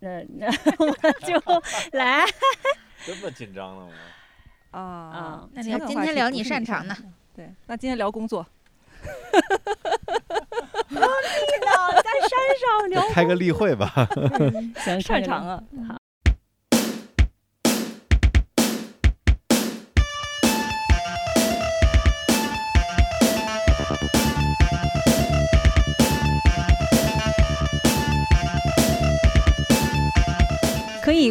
那那我就来。 这么紧张 了吗？啊啊，嗯那情聊感今话题天聊不你是擅擅长的长对，那今天聊工作，在山上聊开个例会吧。行擅看看长啊。可以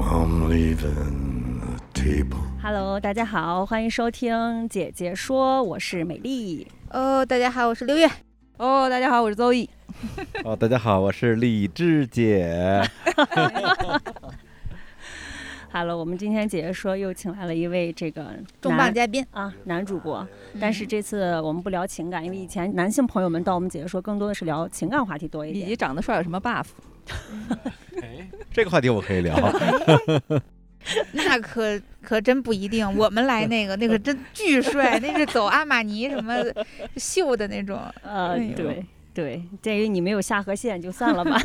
I'm leaving the table. Hello，大家好，欢迎收听姐姐说，我是美丽。哦，大家好，我是六月。哦，大家好，我是邹毅。 哦，大家好，我是李志姐。好了，我们今天姐姐说又请来了一位这个重磅男嘉宾，啊男主播，但嗯是这次我们不聊情感，因为以前男性朋友们到我们姐姐说更多的是聊情感话题多一以点。及长得帅有什么 buff？ 哎，这个话题我可 以聊，那可可真不 一定。我们来那个，那个真巨帅，那是走阿玛尼什么秀的那种。呃哎，呦对对，鉴于你没有下河线，就算了吧，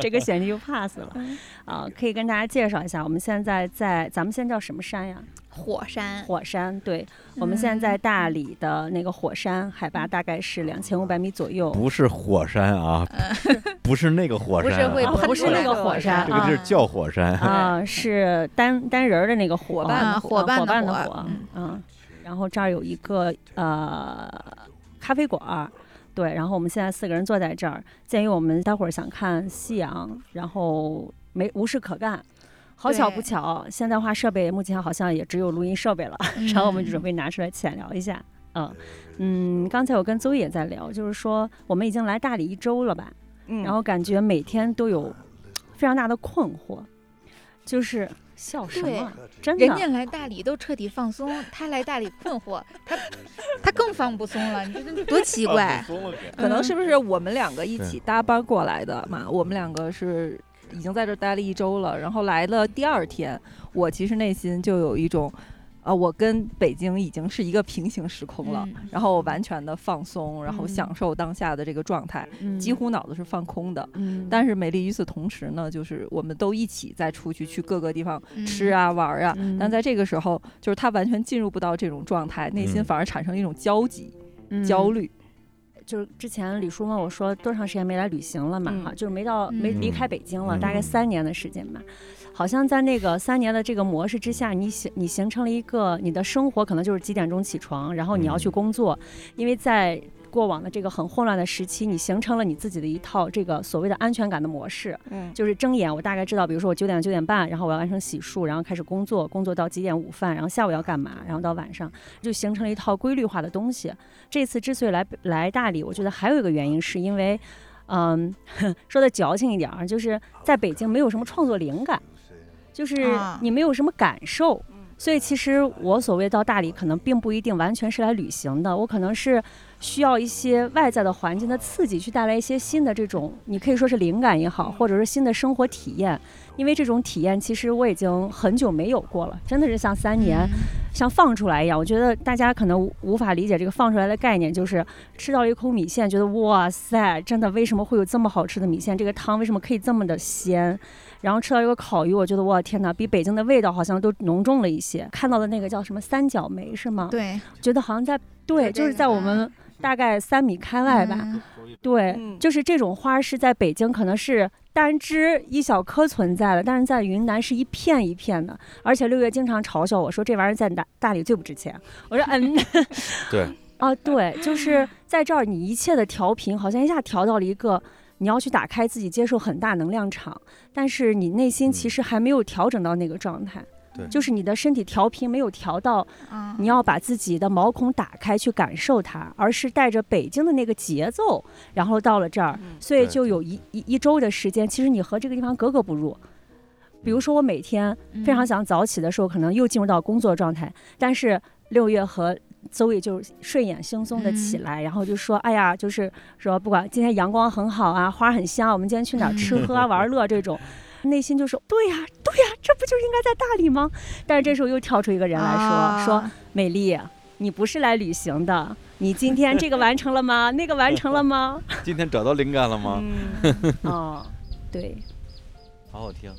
这个选题就 pass 了。啊、可以跟大家介绍一下，我们现在在咱们现在叫什么山呀？火嗯山，火山。对，我们现在在大理的那个火山，海拔大概是两千五百米左右。不是火山啊，不是那个火嗯不山是啊、哦会不喷是出那来个的火山这个地儿啊叫火山。啊，是单单人儿的那个伙伴啊的伙伙伴的伴的伙伙嗯，嗯，然后这儿有一个呃咖啡馆儿，对，然后我们现在四个人坐在这儿，鉴于我们待会儿想看夕阳，然后没无事可干。好巧不对巧，现代化设备目前好像也只有录音设备了，嗯然后我们就准备拿出来浅聊一下。嗯嗯，刚才我跟邹也在聊，就是说我们已经来大理一周了吧？嗯然后感觉每天都有非常大的困惑，就是笑什对么？真人家的，来大理都彻底放松，他来大理困惑，他他更放不松了，你这这多奇怪放。松啊了给，可能是嗯不是我们两个一对起搭班过来的嘛？我们两个是已经在这儿待了一周了，然后来了第二天，我其实内心就有一种，啊，我跟北京已经是一个平行时空了，嗯然后我完全的放松，然后嗯享受当下的这个状态，嗯几，乎脑子是放空的。嗯，但是美丽与此同时呢，就是我们都一起再出去去各个地方嗯吃啊、玩儿啊。嗯但在这个时候，就是他完全进入不到这种状态，内心嗯反而产生一种焦急、焦虑，虑。就是之前李叔问我说多长时间没来旅行了嘛？嗯哈，就是没到嗯没离开北京了，嗯大概三年的时间吧。好像在那个三年的这个模式之下，你形你形成了一个你的生活可能就是几点钟起床，然后你要嗯去工作，因为在过往的这个很混乱的时期，你形成了你自己的一套这个所谓的安全感的模式。嗯，就是睁眼，我大概知道，比如说我九点九点半，然后我要完成洗漱，然后开始工作，工作到几点午饭，然后下午要干嘛，然后到晚上就形成了一套规律化的东西。这次之所以来来大理，我觉得还有一个原因是因为，嗯， 说的矫情一点儿，就是在北京没有什么创作灵感，就是啊你没有什么感受。所以其实我所谓到大理，可能并不一定完全是来旅行的，我可能是需要一些外在的环境的刺激，去带来一些新的这种，你可以说是灵感也好，或者是新的生活体验。因为这种体验，其实我已经很久没有过了，真的是像三嗯年，嗯像放出来一样。我觉得大家可能无无法理解这个放出来的概念，就是吃到了一口米线，觉得哇塞，真的为什么会有这么好吃的米线？这个汤为什么可以这么的鲜？然后吃到一个烤鱼，我觉得哇天哪，比北京的味道好像都浓重了一些。看到的那个叫什么三角梅是吗？对，觉得好像在对，在就这是个在我吧们大概三米开外吧。嗯对，嗯就是这种花是在北京可能是单枝一小棵存在的，但是在云南是一片一片的。而且六月经常嘲笑我说这玩意儿在大大理最不值钱。我说嗯，对， 啊对，就是在这儿你一切的调频好像一下调到了一个。你要去打开自己，接受很大能量场，但是你内心其实还没有调整到那个状态。对就是你的身体调频没有调到，嗯，你要把自己的毛孔打开去感受它，而是带着北京的那个节奏，然后到了这儿，嗯所以对就有一一一周的时间，其实你和这个地方格格不入。比如说，我每天嗯非常想早起的时候，可能又进入到工作状态，但是六月和周也就睡眼惺忪的起嗯来，然后就说：“哎呀，就是说不管今天阳光很好啊，花很香啊，我们今天去哪儿吃嗯喝啊、玩乐这 种。”内心就说：“对呀、对呀、这不就是应该在大理吗？”但是这时候又跳出一个人来说：“说啊美丽，你不是来旅行的，你今天这个完成了 吗？那个完成了吗？今天找到灵感了啊吗？嗯， 哦，对，好好听，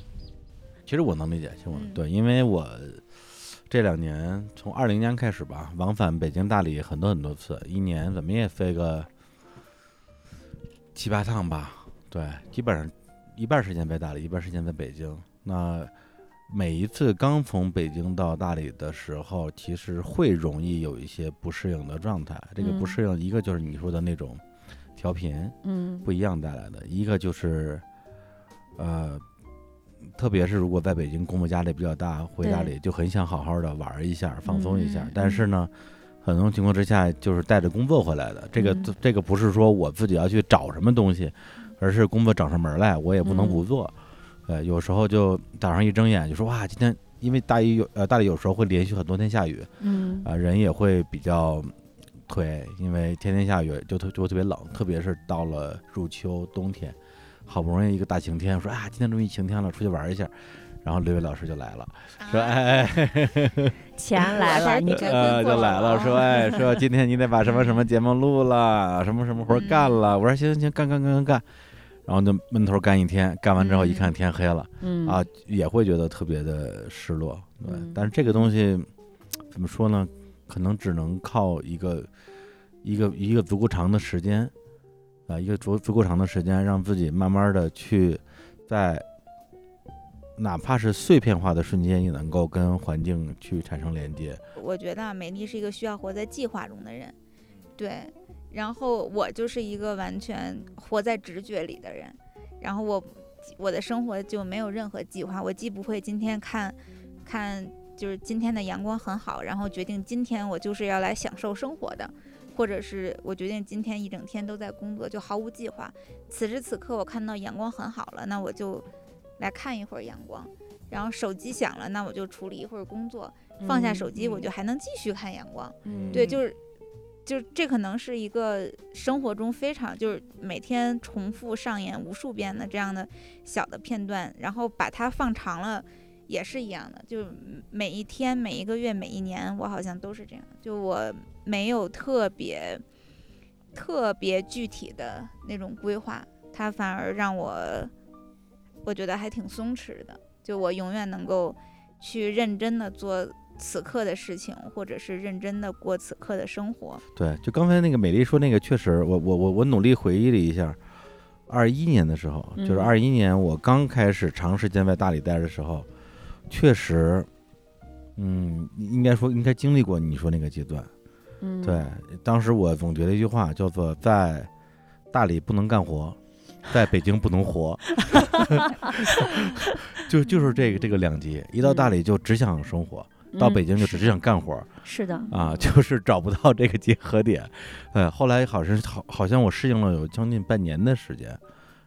其实我能理解，其实我能嗯对，因为我这两年从二零年开始吧，往返北京、大理很多很多次，一年怎么也飞个七八趟吧。对，基本上一半时间在大理，一半时间在北京。那每一次刚从北京到大理的时候，其实会容易有一些不适应的状态。这个嗯不适应，一个就是你说的那种调频，嗯不一样带来的，一个就是，呃，特别是如果在北京工作压力比较大，回对家里就很想好好的玩一下、放松一下，嗯但是呢，很多情况之下就是带着工作回来的。这个、嗯这个不是说我自己要去找什么东西，而是工作找上门来，我也不能不做。呃，有时候就早上一睁眼就说哇，今天因为大一有呃大理有时候会连续很多天下雨，嗯啊、人也会比较颓，因为天天下雨就特就会特别冷，特别是到了入秋冬天，好不容易一个大晴天，说啊今天终于晴天了，出去玩一下，然后刘伟老师就来了，说嗯哎哎，钱来了，啊你这呃就来了，啊说哎说今天你得把什 嗯么什么节目录了，什么什么活儿干了，我说行行行干干干干干，然后就闷头干一天，干完之后一看天黑了。嗯啊，也会觉得特别的失落。对，嗯但是这个东西怎么说呢？可能只能靠一个一个一个足够长的时间啊，一个足足够长的时间，让自己慢慢的去在哪怕是碎片化的瞬间，也能够跟环境去产生连接。我觉得啊美丽是一个需要活在计划中的人，对。然后我就是一个完全活在直觉里的人，然后我我的生活就没有任何计划，我既不会今天看看就是今天的阳光很好，然后决定今天我就是要来享受生活的，或者是我决定今天一整天都在工作，就毫无计划。此时此刻我看到阳光很好了，那我就来看一会儿阳光，然后手机响了，那我就处理一会儿工作，放下手机，我就还能继续看阳光。对，就是，就是这可能是一个生活中非常就是每天重复上演无数遍的这样的小的片段，然后把它放长了。也是一样的，就是每一天、每一个月、每一年，我好像都是这样。就我没有特别、特别具体的那种规划，它反而让我我觉得还挺松弛的。就我永远能够去认真的做此刻的事情，或者是认真的过此刻的生活。对，就刚才那个美丽说那个，确实，我我我我努力回忆了一下，二一年的时候，就是嗯二一年我刚开始长时间在大理待着的时候，确实，嗯，应该说应该经历过你说那个阶段。嗯对，当时我总觉得一句话叫做“在大理不能干活，在北京不 能活”， 就就是这个这个两极，一到大理就只想生活，嗯到北京就只想干活。是的，啊， 就是找不到这个结合点。呃，后来好像是好，好像我适应了有将近半年的时间，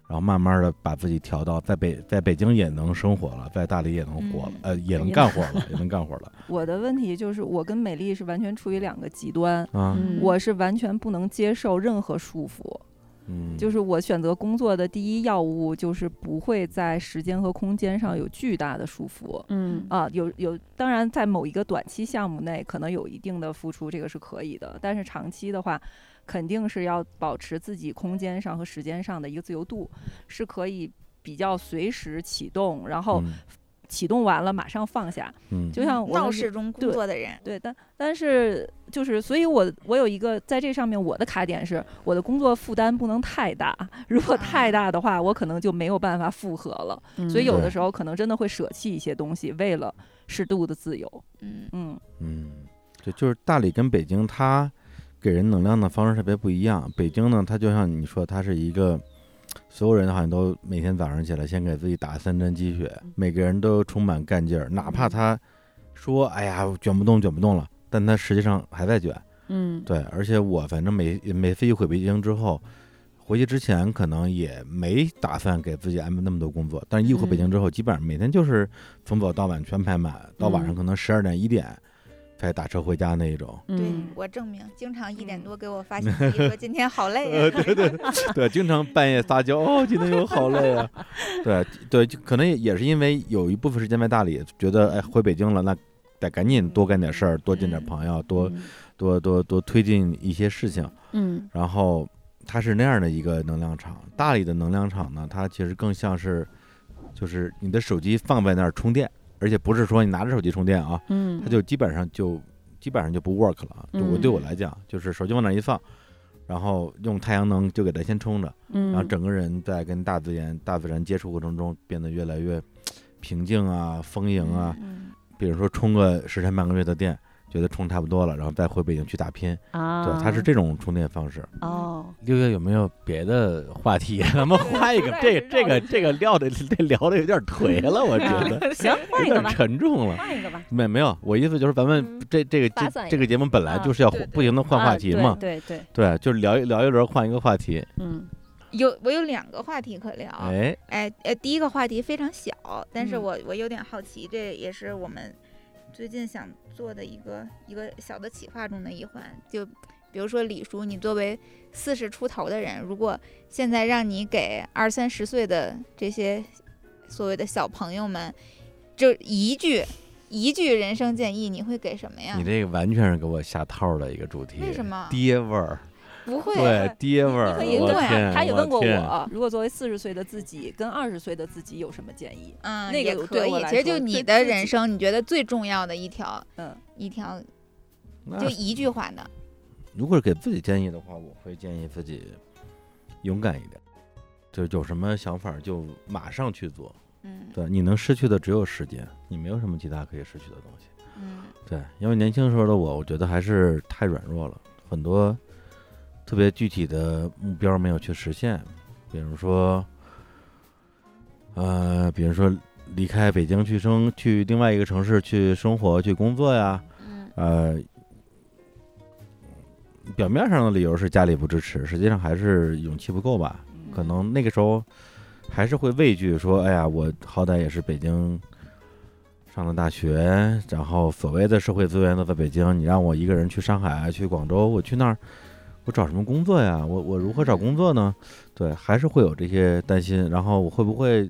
然后慢慢的把自己调到在北在北京也能生活了，在大理也能活了，嗯呃，也能也干活了，也能干活了我的问题就是，我跟美丽是完全处于两个极端， 啊。嗯我是完全不能接受任何束缚。嗯，就是我选择工作的第一要务就是不会在时间和空间上有巨大的束缚。嗯啊，有有，当然在某一个短期项目内可能有一定的付出，这个是可以的。但是长期的话，肯定是要保持自己空间上和时间上的一个自由度，是可以比较随时启动，然后嗯启动完了马上放下。嗯就像哦我闹们市中工对作的人，对，但但是就是，所以我我有一个在这上面我的卡点是，我的工作负担不能太大，如果太大的话，我可能就没有办法负荷了，嗯所嗯以有的时候可能真的会舍弃一些东西，为了适度的自由。嗯，嗯，嗯，对，就是大理跟北京，它给人能量的方式特别不一样。北京呢，它就像你说，它是一个所有人好像都每天早上起来先给自己打三针鸡血，每个人都充满干劲儿，哪怕他说哎呀卷不动卷不动了，但他实际上还在卷。嗯对，而且我反正每每飞去回北京之后，回去之前可能也没打算给自己安排那么多工作，但是一回北京之后，基本上每天就是从早到晚全排满，到晚上可能十二点一点才打车回家那一种。对嗯，我证明，经常一点嗯多给我发信息说今天好累啊， 对，经常半夜撒娇，哦，今天又好累啊。对对，就可能也是因为有一部分时间在大理，觉得哎回北京了，那得赶紧多干点事儿，多见点嗯朋友，多多多多推进一些事情。嗯然后它是那样的一个能量场。大理的能量场呢，它其实更像是，就是你的手机放在那儿充电，而且不是说你拿着手机充电啊，嗯，它就基本上就基本上就不 work 了啊。就我嗯对我来讲，就是手机往那儿一放，然后用太阳能就给它先充着，嗯然后整个人在跟大自然大自然接触过程中变得越来越平静啊、丰盈啊。嗯，比如说充个十天半个月的电，觉得充差不多了，然后再回北京去打拼。啊，对，它是这种充电方式。哦，六月有没有别的话题？咱们换一个，这个这个这个聊的这聊的有点颓了，我觉 得行，换一有个点吧， 沉重了。换一个吧，没没有，我意思就是咱们嗯这这个发这散一这个节目本来啊就是要对对不停的换啊话题嘛，对对对，对，就是聊一聊一轮换一个话题。嗯有我有两个话题可聊，哎，哎呃，第一个话题非常小，但是嗯我我有点好奇，这也是我们最近想做的一个一个小的企划中的一环。就比如说李叔，你作为四十出头的人，如果现在让你给二三十岁的这些所谓的小朋友们，就一句一句人生建议，你会给什么呀你？这个完全是给我下套的一个主题。为什么？爹味儿，不会，对，爹味儿，可以哎我问天，他也问过天，我，如果作为四十岁的自己跟二十岁的自己有什么建 议？嗯，那个也有可对我以。来其实就说你对的自人己生，你觉得最重要的一条，嗯，一条那就一句话的。如果是给自己建议的话，我会建议自己勇敢一点，就是有什么想法就马上去做。嗯对，你能失去的只有时间，你没有什么其他可以失去的东西。嗯对，因为年轻时候的我，我觉得还是太软弱了，很多特别具体的目标没有去实现，比如说，呃，比如说离开北京去生去另外一个城市去生活去工作呀，嗯呃，表面上的理由是家里不支持，实际上还是勇气不够吧。可能那个时候还是会畏惧，说：“哎呀，我好歹也是北京上的大学，然后所谓的社会资源都在北京，你让我一个人去上海、啊去广州，我去那儿，我找什么工作呀？我我如何找工作呢？”对，还是会有这些担心。然后我会不会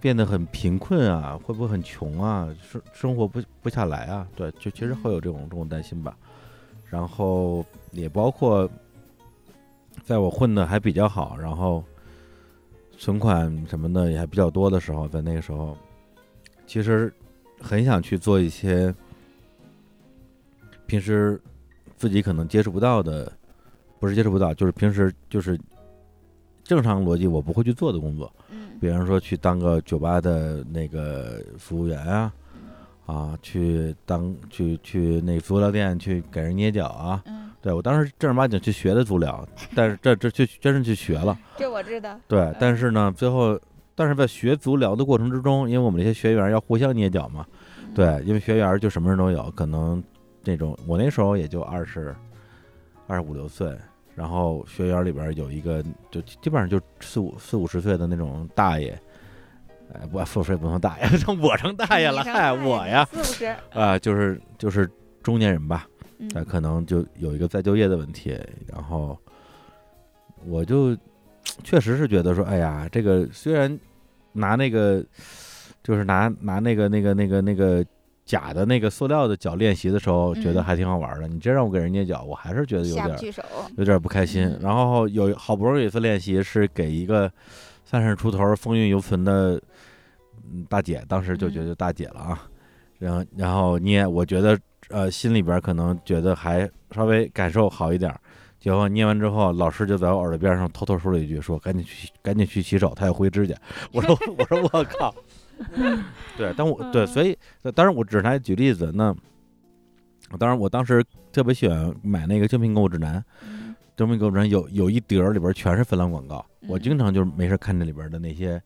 变得很贫困啊？会不会很穷啊？生生活不不下来啊？对，就其实会有这种这种担心吧。然后也包括在我混的还比较好，然后存款什么的也还比较多的时候，在那个时候，其实很想去做一些平时自己可能接触不到的，不是接触不到，就是平时就是正常逻辑我不会去做的工作，嗯比方说去当个酒吧的那个服务员啊，啊，去当去去那足疗店去给人捏脚啊。嗯，对我当时正儿八经去学的足疗，但是这这去真是去学了。这我知道。对，但是呢，最后但是在学足疗的过程之中，因为我们这些学员要互相捏脚嘛，嗯，对，因为学员就什么人都有，可能那种我那时候也就二十二十五六岁，然后学员里边有一个就基本上就四五四五十岁的那种大爷，哎，不四五十岁不能大爷， 成我成大爷了，你嗨、上大爷哎我呀，四五十，啊、就是就是中年人吧，嗯那哎可能就有一个再就业的问题。然后我就确实是觉得说，哎呀，这个虽然拿那个就是拿拿那个那个那个那个假的那个塑料的脚练习的时候，觉得嗯还挺好玩的。你真让我给人捏脚，我还是觉得有下点不儿去手，有点儿不开心嗯。然后有好不容易有一次练习是给一个三十出头风韵犹存的嗯大姐，当时就觉得大姐了啊。然后然后捏，我觉得呃心里边儿可能觉得还稍微感受好一点儿。结果捏完之后，老师就在我耳朵边上偷偷说了一句：“说赶紧去洗，赶紧去洗手，他要灰指甲。”我说：“我说我靠。”对，但我对，所以当然我只是拿来举例子。那当然，我当时特别喜欢买那个《精品购物指南》，嗯周密购物城有有一叠儿里边全是芬兰广告，我嗯经常就是没事看这里边的那些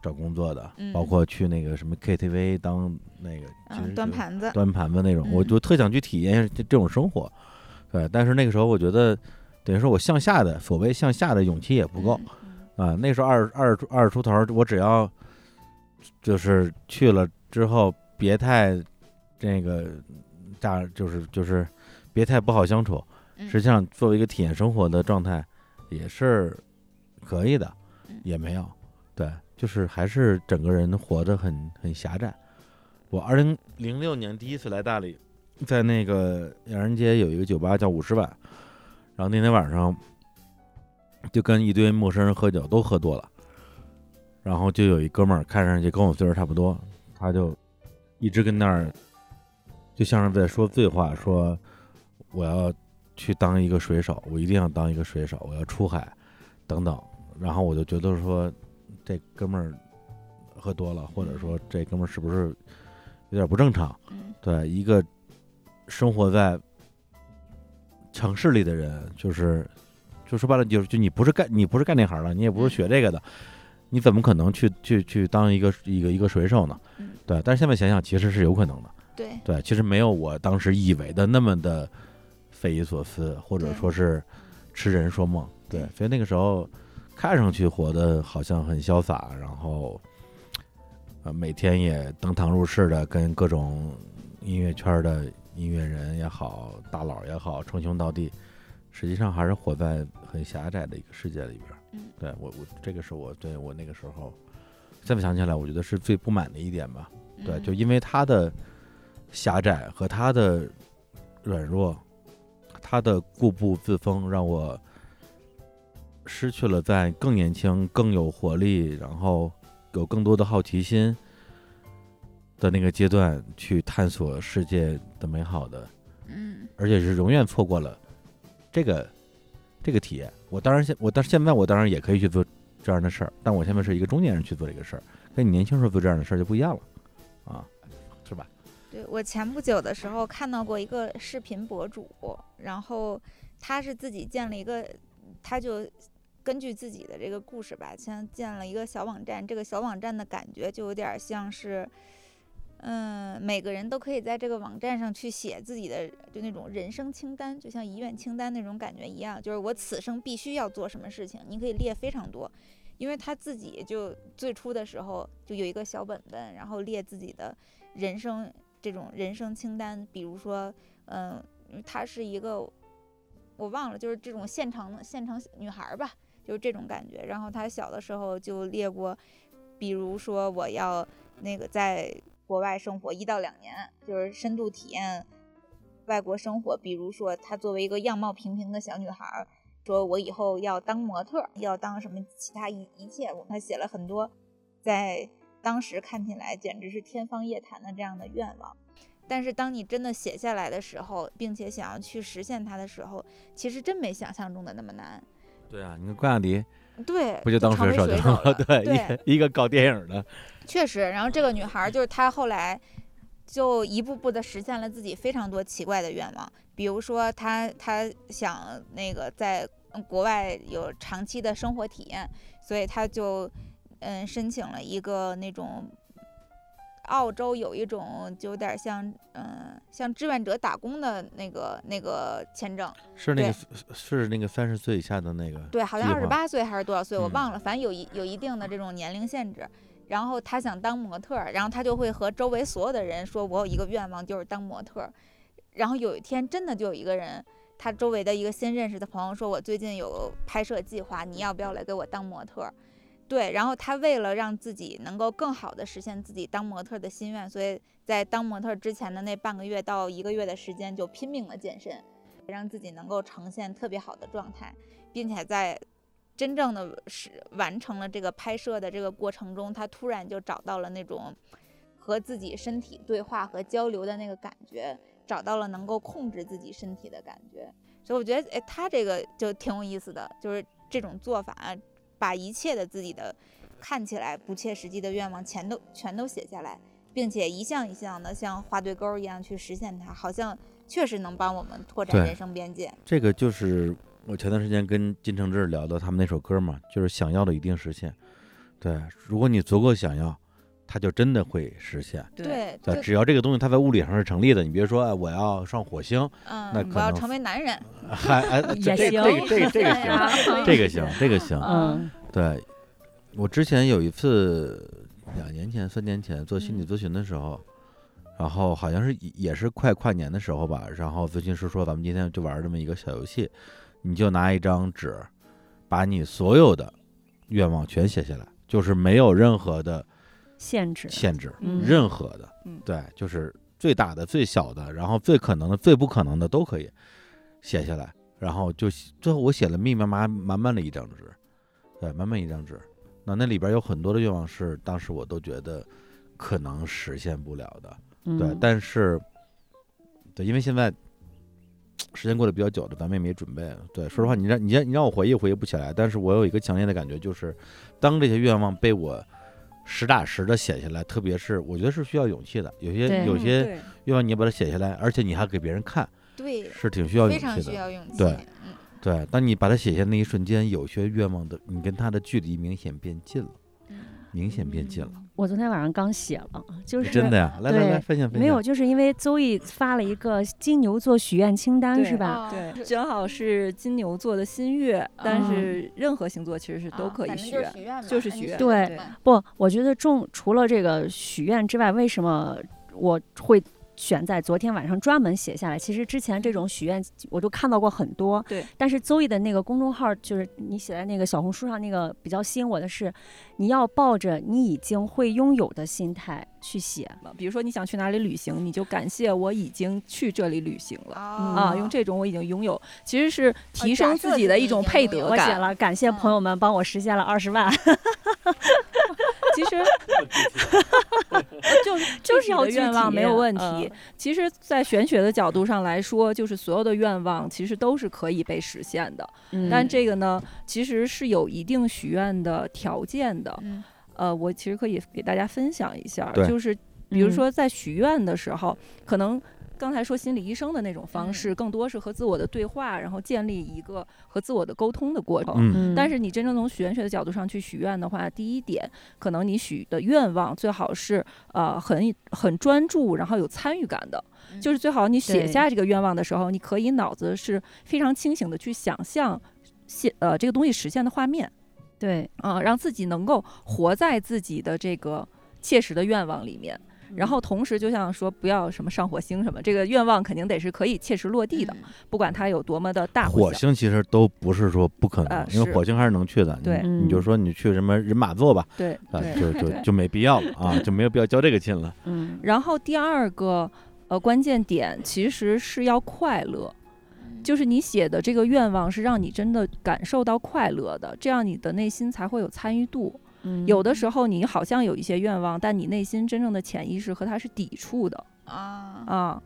找工作的，嗯包括去那个什么 KTV 当那个其实嗯，端就盘子，端盘子那种，嗯我就特想去体验一下这这种生活。对，但是那个时候我觉得，等于说我向下的所谓向下的勇气也不够嗯，啊。那时候二十二十二十出头儿，我只要就是去了之后，别太那个大，就是就是别太不好相处。嗯实际上，作为一个体验生活的状态，也是可以的嗯，也没有，对，就是还是整个人活得很很狭窄。我二零零六年第一次来大理，在那个洋人街有一个酒吧叫五十碗，然后那天晚上就跟一堆陌生人喝酒，都喝多了，然后就有一哥们儿看上去跟我岁数差不多，他就一直跟那儿，就像是在说醉话，说我要去当一个水手，我一定要当一个水手，我要出海，等等。然后我就觉得说，这哥们儿喝多了，或者说这哥们儿是不是有点不正常？嗯对，一个生活在城市里的人，就是就说白了，就是就你不是干你不是干这行的，你也不是学这个的，你怎么可能去去去当一个一个一个水手呢嗯？对，但是现在想想，其实是有可能的。对，对，其实没有我当时以为的那么的匪夷所思，或者对说是痴人说梦。对，所以那个时候看上去活得好像很潇洒，然后呃每天也登堂入室的跟各种音乐圈的音乐人也好、大佬也好称兄道弟，实际上还是活在很狭窄的一个世界里边儿。嗯对我，我这个是我对我那个时候，现在想起来，我觉得是最不满的一点吧。对，嗯就因为他的狭窄和他的软弱，他的固步自封，让我失去了在更年轻、更有活力，然后有更多的好奇心的那个阶段去探索世界的美好的，嗯而且是永远错过了这个这个体验。我当然现我当现在我当然也可以去做这样的事儿，但我现在是一个中年人去做这个事儿，跟你年轻时候做这样的事儿就不一样了，啊，是吧？对我前不久的时候看到过一个视频博主，然后他是自己建了一个，他就根据自己的这个故事吧，像建了一个小网站。这个小网站的感觉就有点儿像是，嗯，每个人都可以在这个网站上去写自己的就那种人生清单，就像遗愿清单那种感觉一样，就是我此生必须要做什么事情，你可以列非常多。因为他自己就最初的时候就有一个小本本，然后列自己的人生这种人生清单，比如说，嗯，她是一个我忘了，就是这种现场的现场女孩儿吧，就是这种感觉。然后她小的时候就列过，比如说我要那个在国外生活一到两年，就是深度体验外国生活。比如说她作为一个样貌平平的小女孩儿，说我以后要当模特儿，要当什么其他一一切，我她写了很多在当时看起来简直是天方夜谭的这样的愿望。但是当你真的写下来的时候，并且想要去实现它的时候，其实真没想象中的那么难。对啊，你看关雅迪对，不就当成为水手水去手了 对，对一个一个搞电影的，确实，然后这个女孩儿就是她后来就一步步的实现了自己非常多奇怪的愿望，比如说她她想那个在嗯国外有长期的生活体验，所以她就嗯申请了一个那种。澳洲有一种就有点像，嗯，像志愿者打工的那个那个签证，是那个对是那个三十岁以下的那个，对，好像计二十划八岁还是多少岁，我嗯忘了，反正有一有一定的这种年龄限制。然后他想当模特儿，然后他就会和周围所有的人说：“我有一个愿望，就是当模特儿。”然后有一天，真的就有一个人，他周围的一个新认识的朋友说：“我最近有拍摄计划，你要不要来给我当模特儿？”对，然后他为了让自己能够更好的实现自己当模特儿的心愿，所以在当模特儿之前的那半个月到一个月的时间，就拼命的健身，让自己能够呈现特别好的状态，并且在真正的是完成了这个拍摄的这个过程中，他突然就找到了那种和自己身体对话和交流的那个感觉，找到了能够控制自己身体的感觉。所以我觉得，哎，他这个就挺有意思的，就是这种做法，啊把一切的自己的看起来不切实际的愿望全都全都写下来，并且一项一项的像画对勾儿一样去实现它，好像确实能帮我们拓展对人生边界。这个就是我前段时间跟金承志聊到他们那首歌嘛，就是想要的一定实现。对，如果你足够想要，它就真的会实现。对，对，就只要这个东西它在物理上是成立的，你别说哎，我要上火星，嗯，那我可要能成为男人，还哎，这 也这行这个这个这个 行，行这个行，这个行。嗯对，我之前有一次，两年前、三年前做心嗯理咨询的时候，然后好像是也也是快跨年的时候吧，然后咨询师说咱们今天就玩这么一个小游戏，你就拿一张纸，把你所有的愿望全写下来，就是没有任何的限制，限制，嗯任何的嗯，对，就是最大的、最小的，然后最可能的、最不可能的都可以写下来。然后就写最后我写了密密麻满满的一张纸，对，满满一张纸。那那里边有很多的愿望是当时我都觉得可能实现不了的，嗯对，但是对，因为现在时间过得比较久了，咱们也没准备。对，说嗯实话，你让你让你让我回忆回忆不起来，但是我有一个强烈的感觉，就是当这些愿望被我实打实的写下来，特别是我觉得是需要勇气的，有些对有嗯些愿望你要把它写下来，而且你还给别人看，对，是挺需要非勇常气需的。要勇气。对嗯，对，当你把它写下那一瞬间，有些愿望的你跟它的距离明显变近了，嗯明显变近了，我昨天晚上刚写了，就是真的呀！来来嗯对来，分享分享。没有，就是因为周易发了一个金牛座许愿清单，对是吧？哦对，这正好是金牛座的新月，但是任何星座其实是都嗯啊可以反正许就是愿。许愿嘛，就是哎许你愿对嘛不，我觉得中除了这个许愿之外，为什么我会选在昨天晚上专门写下来？其实之前这种许愿我就看到过很多，对。但是邹毅的那个公众号，就是你写在那个小红书上那个比较吸引我的是，你要抱着你已经会拥有的心态去写。比如说你想去哪里旅行，你就感谢我已经去这里旅行了。啊哦啊，用这种我已经拥有，其实是提假升设自己自的己一已种经配拥有得我写感。了，感谢嗯朋友们帮我实现了二十 万， 其实就是就就是是要要具愿望体没有问题。嗯其实，在玄学的角度上来说，就是所有的愿望其实都是可以被实现的。嗯但这个呢，其实是有一定许愿的条件的。嗯呃，我其实可以给大家分享一下儿，对就是比如嗯说在许愿的时候，可能刚才说心理医生的那种嗯方式，更多是和自我的对话，然后建立一个和自我的沟通的过程。嗯，嗯，但是你真正从玄学的角度上去许愿的话，第一点，可能你许的愿望最好是呃很很专注，然后有参与感的，就是最好你写对下这个愿望的时候，你可以脑子是非常清醒的去想象现呃这个东西实现的画面对，啊、让自己能够活在自己的这个切实的愿望里面。然后同时，就像说不要什么上火星什么，这个愿望肯定得是可以切实落地的，嗯不管它有多么的大或火小。星其实都不是说不可能呃，因为是火星还是能去的。你对你就嗯说你去什么人马座吧，对啊，对就就对就没必要了啊，就没有必要交这个亲了。嗯，然后第二个呃关键点其实是要快乐，嗯就是你写的这个愿望是让你真的感受到快乐的，这样你的内心才会有参与度。嗯有的时候你好像有一些愿望，但你内心真正的潜意识和它是抵触的啊，啊。啊，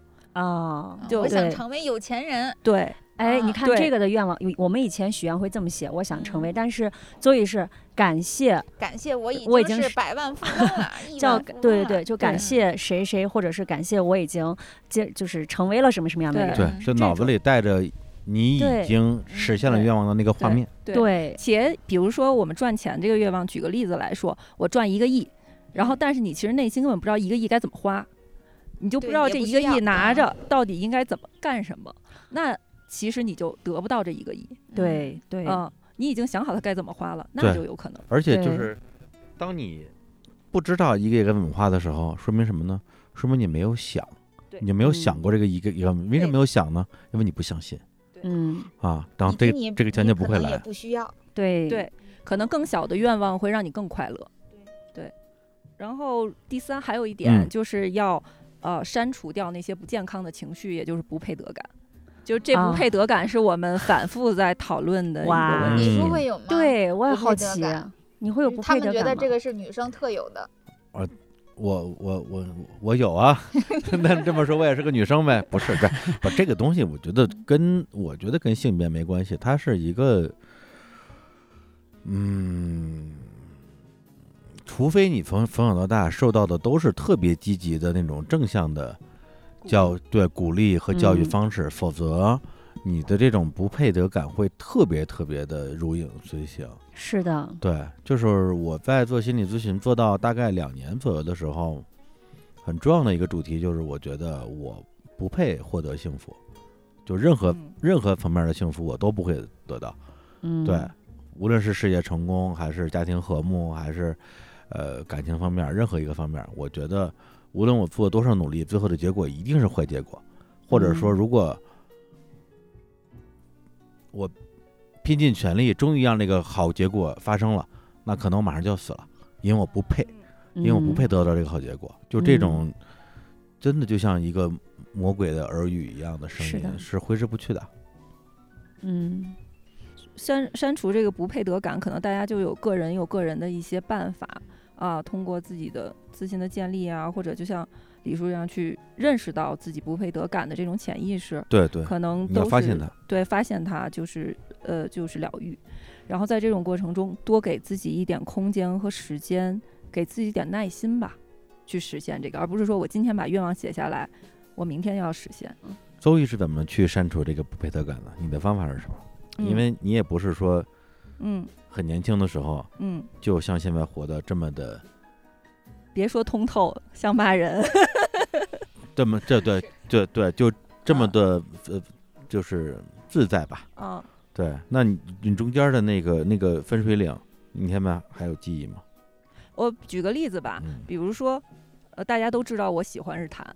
啊就我想对成为有钱人，对，哎，你啊看对这个的愿望，有我们以前许愿会这么写，我想成为，但是邹毅是感谢感谢我已我已经是是百 万富翁了，亿叫万对富翁对了对，就感嗯谢谁谁，或者是感谢我已经接就是成为了什么什么样的人，对嗯对，就脑子里带着你对已经实现了对愿望的那个画面。对对且比如说我们赚钱这个愿望，举个例子来说，我赚一个亿，然后但是你其实内心根本不知道一个亿该怎么花，你就不对知道也这不一需个要亿拿嗯着到底应该怎么干什么，那其实你就得不到这一个亿，对对，嗯，你已经想好它该怎么花了，那对就有可能。而且就对是，当你不知道一个一个文化的时候，说明什么呢？说明你没有想对，你就没有嗯想过这个一个一个。为什么没有想呢？因为你不相信嗯啊。然后以及这你这个钱你就可不会能也来。不需要，对对可能更小的愿望会让你更快乐。对，然后第三还有一点嗯就是要、呃删除掉那些不健康的情绪，也就是不配得感。就这不啊配得感是我们反复在讨论的一个哇问题。你嗯说会有吗？对，我也不配好得奇感，嗯你会有不他配们得觉得感这吗？个是女生特有的，我我我我有啊，那这么说我也是个女生呗？不是，这不这个东西，我觉得跟我觉得跟性别没关系，它是一个，嗯，除非你从从小到大受到的都是特别积极的那种正向的教对鼓励和教育嗯方式，否则你的这种不配得感会特别特别的如影随形。是的，对，就是我在做心理咨询做到大概两年左右的时候，很重要的一个主题就是我觉得我不配获得幸福，就任何嗯任何层面的幸福我都不会得到。嗯，对，无论是事业成功，还是家庭和睦，还是呃感情方面，任何一个方面，我觉得无论我做多少努力，最后的结果一定是坏结果，或者说嗯如果我拼尽全力，终于让这个好结果发生了，那可能我马上就要死了，因为我不配，因为我嗯不配得到这个好结果。就这种，真的就像一个魔鬼的耳语一样的声是音，的是挥之不去的。嗯，删删除这个不配得感，可能大家就有个人有个人的一些办法啊，通过自己的自信的建立啊，或者就像李叔一样去认识到自己不配得感的这种潜意识，对对，可能你要都发是现它。对，发现它就是呃就是疗愈，然后在这种过程中多给自己一点空间和时间，给自己一点耐心吧，去实现这个，而不是说我今天把愿望写下来，我明天要实现。邹毅是怎么去删除这个不配得感的？你的方法是什么？嗯因为你也不是说嗯很年轻的时候嗯，就像现在活得这么的别说通透，像骂人。 这么这对对对，就这么的呃，就是自在吧。啊，对，那你你中间的那个那个分水岭，你现在还有记忆吗？我举个例子吧，嗯，比如说，呃，大家都知道我喜欢日坛，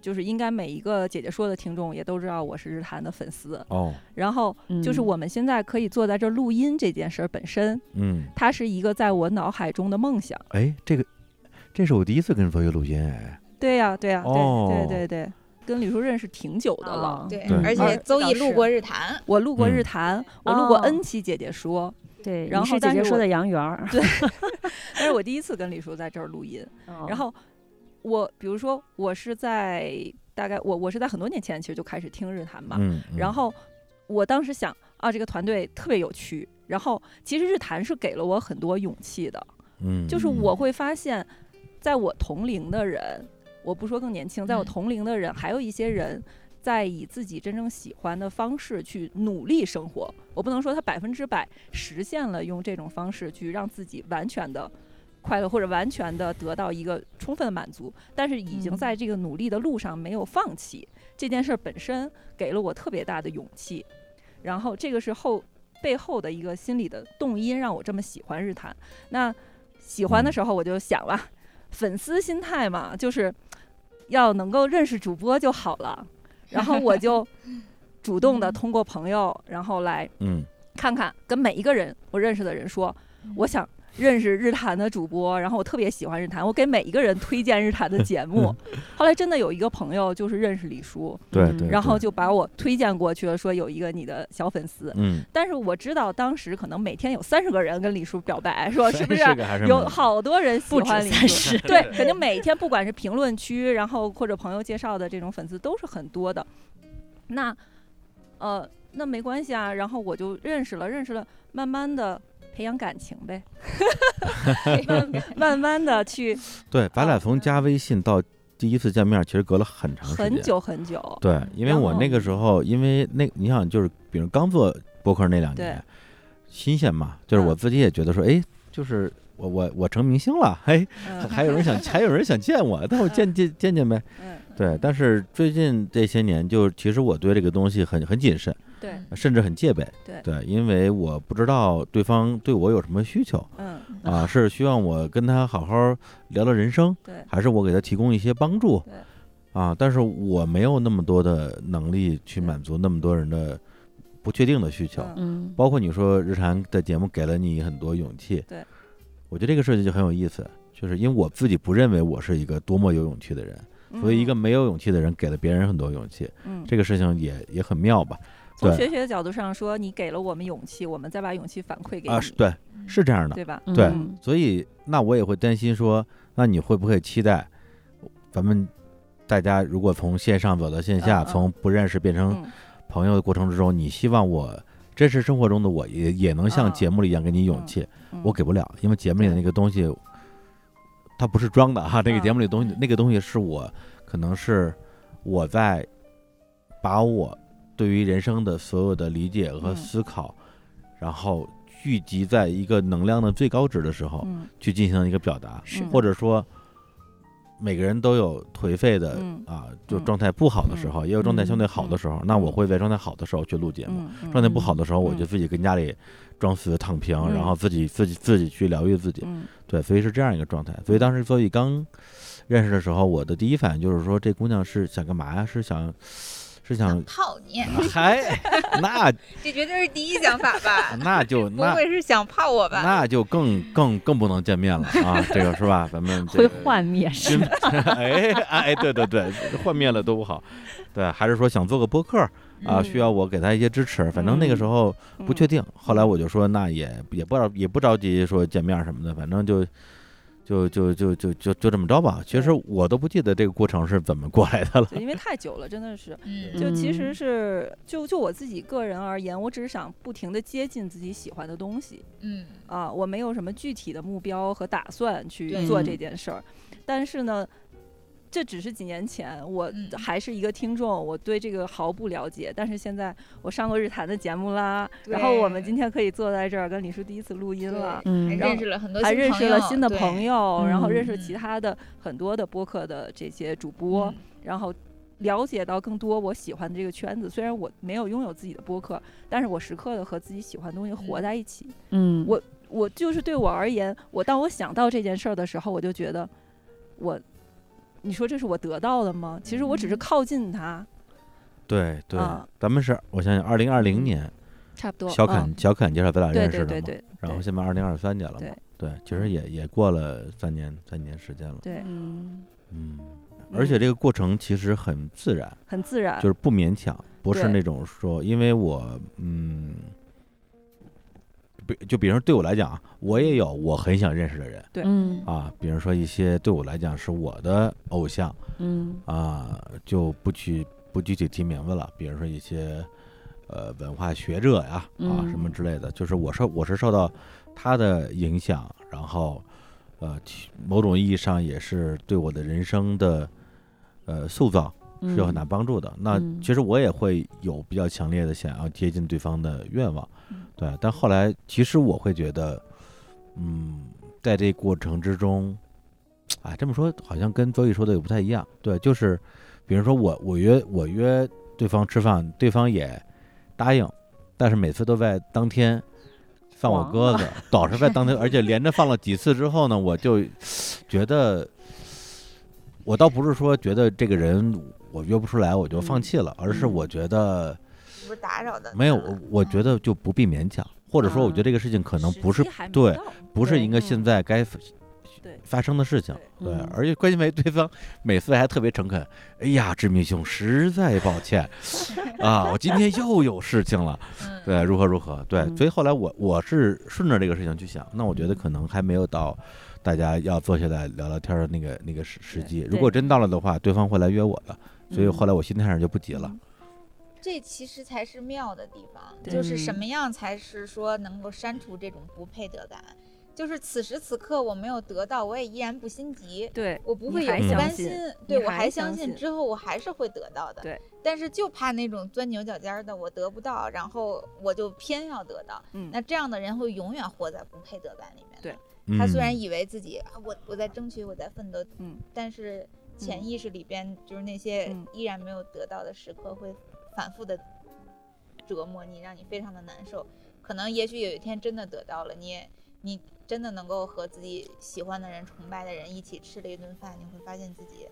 就是应该每一个姐姐说的听众也都知道我是日坛的粉丝。哦，然后嗯就是我们现在可以坐在这儿录音这件事儿本身，嗯，它是一个在我脑海中的梦想。哎，这个这是我第一次跟邹毅录音，哎，对呀、对呀、哦对对对对，跟李叔认识挺久的了。哦对对，而且而邹嗯倒毅路是过日坛，我录过嗯日坛，我录过哦 N 期姐姐说，对，然你后是姐但姐是说我的杨元儿， 但是我第一次跟李叔在这儿录音。哦然后我比如说我是在大概我我是在很多年前其实就开始听日坛嘛，嗯，嗯然后我当时想啊这个团队特别有趣，然后其实日坛是给了我很多勇气的，嗯，就是嗯我会发现，在我同龄的人，我不说更年轻，在我同龄的人，还有一些人。在以自己真正喜欢的方式去努力生活，我不能说他百分之百实现了用这种方式去让自己完全的快乐，或者完全的得到一个充分的满足，但是已经嗯在这个努力的路上没有放弃。这件事儿本身给了我特别大的勇气，然后这个是后背后的一个心理的动因，让我这么喜欢日坛。那喜欢的时候我就想了，粉丝心态嘛，就是要能够认识主播就好了。然后我就主动的通过朋友，然后来嗯看看，跟每一个人我认识的人说，我想认识日坛的主播，然后我特别喜欢日坛，我给每一个人推荐日坛的节目。后来真的有一个朋友就是认识李叔，对嗯对，然后对就把我推荐过去了，说有一个你的小粉丝。嗯，但是我知道当时可能每天有三十个人跟李叔表白，说是不 是这个还是有没好多人喜不止欢李三叔？十，对，肯定每天不管是评论区，然后或者朋友介绍的这种粉丝都是很多的。那，呃，那没关系啊。然后我就认识了，认识了，慢慢的培养感情 呗，慢慢的去对，哦咱俩从加微信到第一次见面，其实隔了很长时间，很久很久。对，因为然我那后个时候，因为那你想，就是比如刚做博客那两年，新鲜嘛，就是我嗯自己也觉得说，哎，就是我我我成明星了，哎，嗯还有人 想还有人想见我，那我见见见见呗。嗯，对，但是最近这些年，就其实我对这个东西很很谨慎，对，甚至很戒备。对因为我不知道对方对我有什么需求嗯， 啊，是希望我跟他好好聊聊人生，对，还是我给他提供一些帮助对，啊，但是我没有那么多的能力去满足那么多人的不确定的需求，嗯嗯，包括你说日常的节目给了你很多勇气，对，我觉得这个设计就很有意思，就是因为我自己不认为我是一个多么有勇气的人，所以一个没有勇气的人给了别人很多勇气，嗯，嗯这个事情也也很妙吧？从对学学的角度上说，你给了我们勇气，我们再把勇气反馈给你，啊，是对，是这样的，对吧？嗯对嗯所以那我也会担心说，那你会不会期待咱们大家如果从线上走到线下，嗯嗯从不认识变成嗯朋友的过程之中，你希望我真实生活中的我也也能像嗯节目里一样给你勇嗯气？嗯我给不了，因为节目里的那个东西，它不是装的哈、那嗯个节目里的东西，那个东西是我可能是我在把我对于人生的所有的理解和嗯思考，然后聚集在一个能量的最高值的时候，嗯去进行一个表达，是或者说每个人都有颓废的、嗯啊，就嗯状态不好的时候，也有状态相对好的时候。那我会在状态好的时候去录节目，嗯嗯状态不好的时候，我嗯就自己跟家里装死躺平，嗯然后自己自己自己去疗愈自己。嗯对，所以是这样一个状态。所以当时，所以刚认识的时候，我的第一反应就是说，这姑娘是想干嘛呀？是想是想 想泡你，嗨，那这绝对是第一想法 吧？那 就不那会是想泡我吧？那就更更更不能见面了啊！这个是吧？咱们这会个幻灭是真 哎哎，对对对，幻灭了都不好。对，还是说想做个播客啊，嗯需要我给他一些支持。反正那个时候不确定，后来我就说那也也不着也不着急说见面什么的，反正就。就就就就就就这么着吧。其实我都不记得这个过程是怎么过来的了。对，因为太久了，真的是。嗯，就其实嗯是，就就我自己个人而言，我只是想不停的接近自己喜欢的东西嗯啊，我没有什么具体的目标和打算去对做嗯这件事儿。但是呢，这只是几年前，我嗯还是一个听众，我对这个毫不了解。但是现在我上过日坛的节目啦，然后我们对今天可以坐在这儿跟李叔第一次录音了。还嗯然后认识了很多，还认识了新的朋，友，然后认识嗯其他的很多的播客的这些主播，我然后了解到更多我喜欢的这个圈子。虽然我没有拥有自己的播客，但是我时刻的和自己喜欢的东西活在一起。嗯，我我就是对我而言，我当我想到这件事儿的时候，我就觉得我，你说这是我得到的吗？其实我只是嗯靠近它，对对啊，咱们是我想想，二零二零年差不多。小嗯侃小侃介绍咱俩对啊认识的嘛，对对对，然后现在二零二三年了嘛对，对，其实也也过了三年三年时间了，对，嗯嗯，嗯而且这个过程其实很自然，很自然，就是不勉强，不是对那种说，因为我嗯，比就比如说对我来讲啊，我也有我很想认识的人对嗯啊，比如说一些对我来讲是我的偶像嗯啊，就不去不具体提名字了，比如说一些。呃，文化学者呀，啊，嗯什么之类的，就是我受我是受到他的影响，然后，呃，其某种意义上也是对我的人生的呃塑造嗯，是有很大帮助的。那嗯其实我也会有比较强烈的想要接近对方的愿望，嗯对。但后来其实我会觉得，嗯，在这过程之中，哎，这么说好像跟周易说的也不太一样，对，就是比如说我我约我约对方吃饭，对方也答应，但是每次都在当天。放我黄鸽子，倒是在当天，而且连着放了几次之后呢，我就觉得我倒不是说觉得这个人我约不出来我就放弃了，而是我觉得是不是打扰的没有，我我觉得就不必勉强，或者说我觉得这个事情可能不是时机还没对到，不是应该嗯现在该发对发生的事情。对对嗯，而且关键为对方每次还特别诚恳。哎呀，志明兄，实在抱歉啊，我今天又有事情了。嗯对，如何如何？对，嗯所以后来我我是顺着这个事情去想，那我觉得嗯可能还没有到大家要坐下来聊聊天儿的那个那个时时机。如果真到了的话，对方会来约我的，所以后嗯来我心态上就不急了。这其实才是妙的地方，对就是什嗯么样才是说能够删除这种不配得感，就是此时此刻我没有得到，我也依然不心急，对我不你会有还不相甘信心，对你我还还相信信之后我还是会得到的。对，但是就怕那种钻牛角尖儿的，我得不到，然后我就偏要得到，嗯那这样的人会永远活在不配得感里面。对嗯、他虽然以为自己啊，我我在争取，我在奋斗，嗯，但是潜嗯意识里边就是那些嗯依然没有得到的时刻，会反复的折磨你，让你非常的难受。可能也许有一天真的得到了，你也你真的能够和自己喜欢的人、崇拜的人一起吃了一顿饭，你会发现自己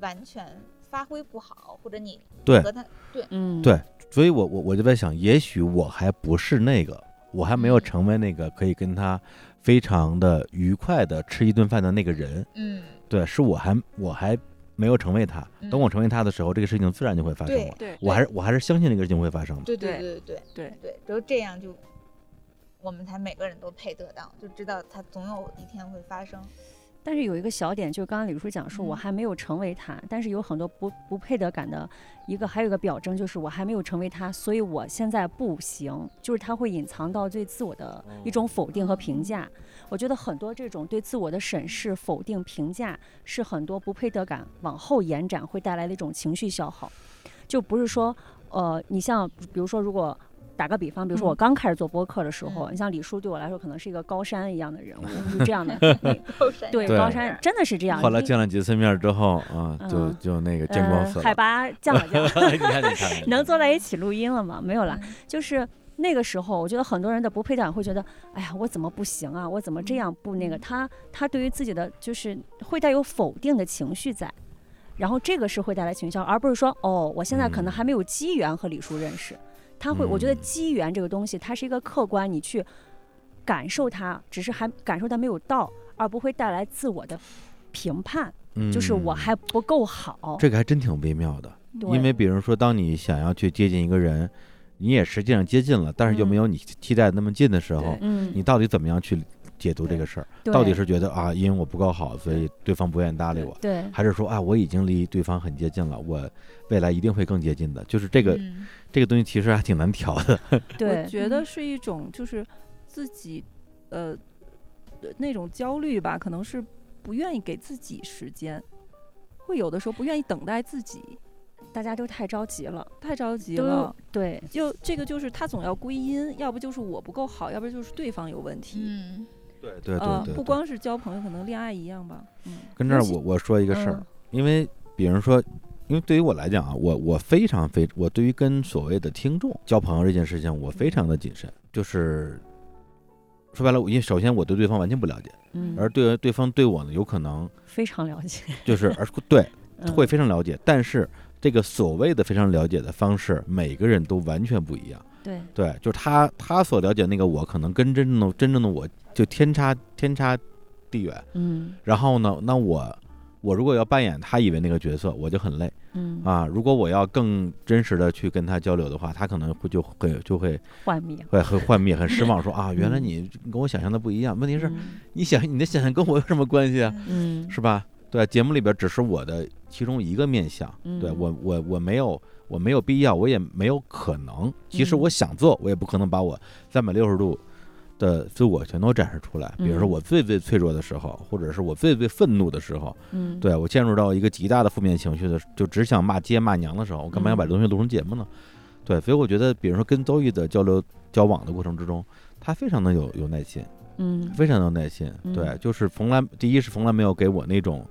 完全发挥不好，或者你对和他对嗯对所以我我我就在想，也许我还不是那个，我还没嗯有成为那个可以跟他非常的愉快的吃一顿饭的那个人。嗯对，是我还我还没有成为他。嗯等我成为他的时候，这个事情自然就会发生对了。对我还是我还是相信这个事情会发生的。对对对对对对对，只有这样就我们才每个人都配得到，就知道它总有一天会发生。但是有一个小点，就是刚刚李叔讲说，我嗯还没有成为他，但是有很多不不配得感的一个，还有一个表征就是我还没有成为他，所以我现在不行，就是他会隐藏到对自我的一种否定和评价。哦我觉得很多这种对自我的审视、否定、评价，是很多不配得感往后延展会带来的一种情绪消耗，就不是说呃，你像比如说，如果打个比方，比如说我嗯刚开始做播客的时候，嗯你像李叔对我来说可能是一个高山一样的 人物，是这样的你，对对高山真的是这样。后来你见了几次面之后啊，就嗯就那个见光呃死海了。拔降了降了， 你看，你看，能坐在一起录音了吗？没有啦，嗯就是那个时候，我觉得很多人的不配感会觉得，哎呀，我怎么不行啊？我怎么这样不那个？他他对于自己的就是会带有否定的情绪在，然后这个是会带来情绪，而不是说哦，我现在可能嗯还没有机缘和李叔认识。他会，我觉得嗯机缘这个东西，它是一个客观，你去感受它，只是还感受它没有到，而不会带来自我的评判，嗯就是我还不够好。这个还真挺微妙的，对因为比如说，当你想要去接近一个人，你也实际上接近了，但是又没有你期待的那么近的时候对，嗯，你到底怎么样去解读这个事儿？对到底是觉得啊，因为我不够好，所以对方不愿意搭理我，对还是说啊，我已经离对方很接近了，我未来一定会更接近的？就是这个、嗯这个东西其实还挺难调 的。对我觉得嗯是一种就是自己呃呃那种焦虑吧，可能是不愿意给自己时间，会有的时候不愿意等待自己，大家都太着急了，太着急都了。对就这个就是他总要归因，要不就是我不够好，要不就是对方有问题。嗯对对呃对对，不光是交朋友，可能恋爱一样吧。嗯，跟这儿尤其嗯我我说一一个事儿，因为比如说，因为对于我来讲啊，我我非常非我对于跟所谓的听众交朋友这件事情，我非常的谨慎。就是说白了，我因为首先我对对方完全不了解，嗯，而对对方对我呢，有可能非常了解，就是 而对嗯会非常了解，但是这个所谓的非常了解的方式，每个人都完全不一样。对对，就是他他所了解那个我，可能跟真正的真正的我就天差天差地远。嗯然后呢，那我我如果要扮演他以为那个角色，我就很累嗯啊。如果我要更真实的去跟他交流的话，他可能会就会就会幻灭。会很幻灭、很失望，嗯说啊，原来你跟我想象的不一样。问题是，你想你的想象跟我有什么关系啊？嗯是吧？对，啊节目里边只是我的其中一个面相，对嗯我我我没有我没有必要，我也没有可能。即嗯使我想做，我也不可能把我三百六十度的自我全都展示出来。比如说嗯我最最脆弱的时候，或者是我最最愤怒的时候，嗯对我陷入到一个极大的负面情绪的时，就只想骂街骂娘的时候，我干嘛要把这嗯东西录成节目呢？对，所以我觉得，比如说跟邹毅的交流交往的过程之中，他非常的有有耐心，嗯非常有耐心。对，嗯就是从来第一是从来没有给我那种，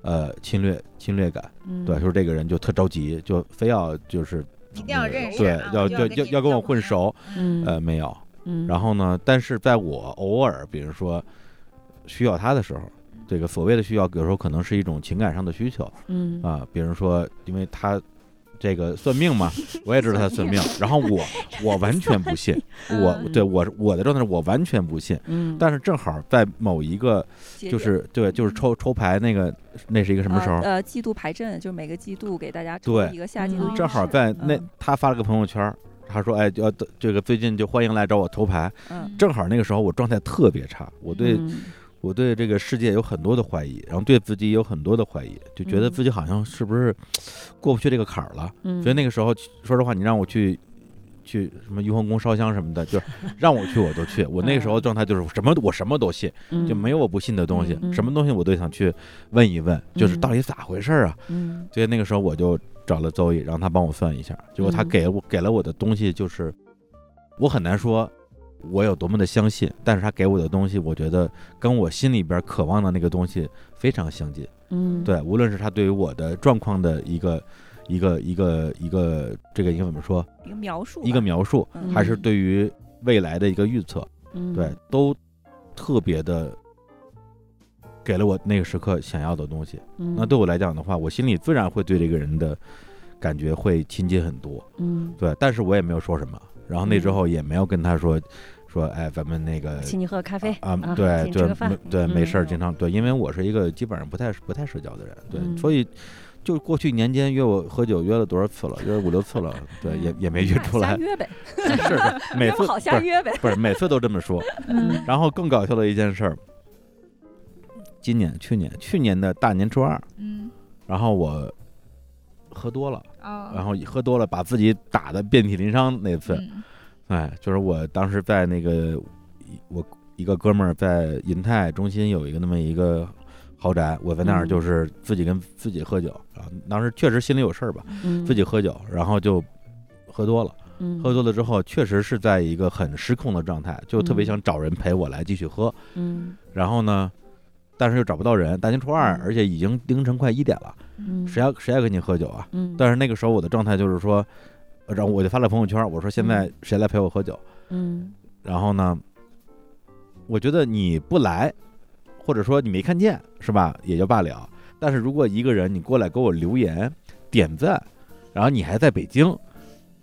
呃，侵略侵略感。嗯对，就是这个人就特着急，就非要就是一定要认识对啊，要就要跟你要跟交我朋混友熟，嗯呃，没有。嗯然后呢，但是在我偶尔比如说需要他的时候，这个所谓的需要，有时候可能是一种情感上的需求嗯啊，比如说因为他。这个算命嘛，我也知道他算命。然后我，我完全不信，我对我我的状态是我完全不信。嗯但是正好在某一个节就点是对，就是抽抽牌那个，那是一个什么呃时候？呃，季度排阵，就是每个季度给大家抽对一个下季度嗯运正好势在那嗯他发了个朋友圈儿，他说：“哎，要这个最近就欢迎来找我抽牌。”嗯正好那个时候我状态特别差，我对、嗯我对这个世界有很多的怀疑，然后对自己有很多的怀疑，就觉嗯得自己好像是不是过不去这个坎儿了。嗯所以那个时候，说实话，你让我去。去什么雍和宫烧香什么的， 就是让我去我就去。我那个时候状态就是什么我什么都信，嗯就没有我不信的东西嗯，嗯什么东西我都想去问一问，就是嗯到底咋回事儿啊？嗯所以那个时候我就找了邹毅，让他帮我算一下。结果他嗯给我给了我的东西，就是我很难说我有多么的相信，但是他给我的东西，我觉得跟我心里边渴望的那个东西非常相近。嗯对，无论是他对于我的状况的一个一个一个一个这个应该怎么说，一个描述吧，一个描述，嗯还是对于未来的一个预测，嗯对，都特别的。给了我那个时刻想要的东西，嗯那对我来讲的话，我心里自然会对这个人的感觉会亲近很多，嗯对。但是我也没有说什么，然后那之后也没有跟他说，说哎，咱们那个请你喝个咖啡啊，请对你吃对个饭没对，没事儿，嗯经常对，因为我是一个基本上不太不太社交的人，嗯对，所以就过去一年间约我喝酒约了多少次了，约了五六次了，对，嗯也也没约哎出瞎来，约呗，是是，每要不 次好不瞎是约呗。不是每次都这么说。嗯然后更搞笑的一件事儿，今年去年去年的大年初二。嗯然后我喝多了，啊哦，然后喝多了把自己打的遍体鳞伤那次，嗯哎，就是我当时在那个我一个哥们儿在银泰中心有一个那么一个豪宅，我在那儿嗯就是自己跟自己喝酒，然后当时确实心里有事儿吧，嗯自己喝酒，然后就喝多了，嗯，喝多了之后确实是在一个很失控的状态，就特别嗯想找人陪我来继续喝，嗯然后呢，但是又找不到人，大年初二，而且已经凌晨快一点了，嗯，谁要谁要跟你喝酒啊？嗯，但是那个时候我的状态就是说，呃然后我就发了朋友圈，我说现在谁来陪我喝酒？嗯然后呢，我觉得你不来，或者说你没看见，是吧？也就罢了。但是如果一个人你过来给我留言、点赞，然后你还在北京，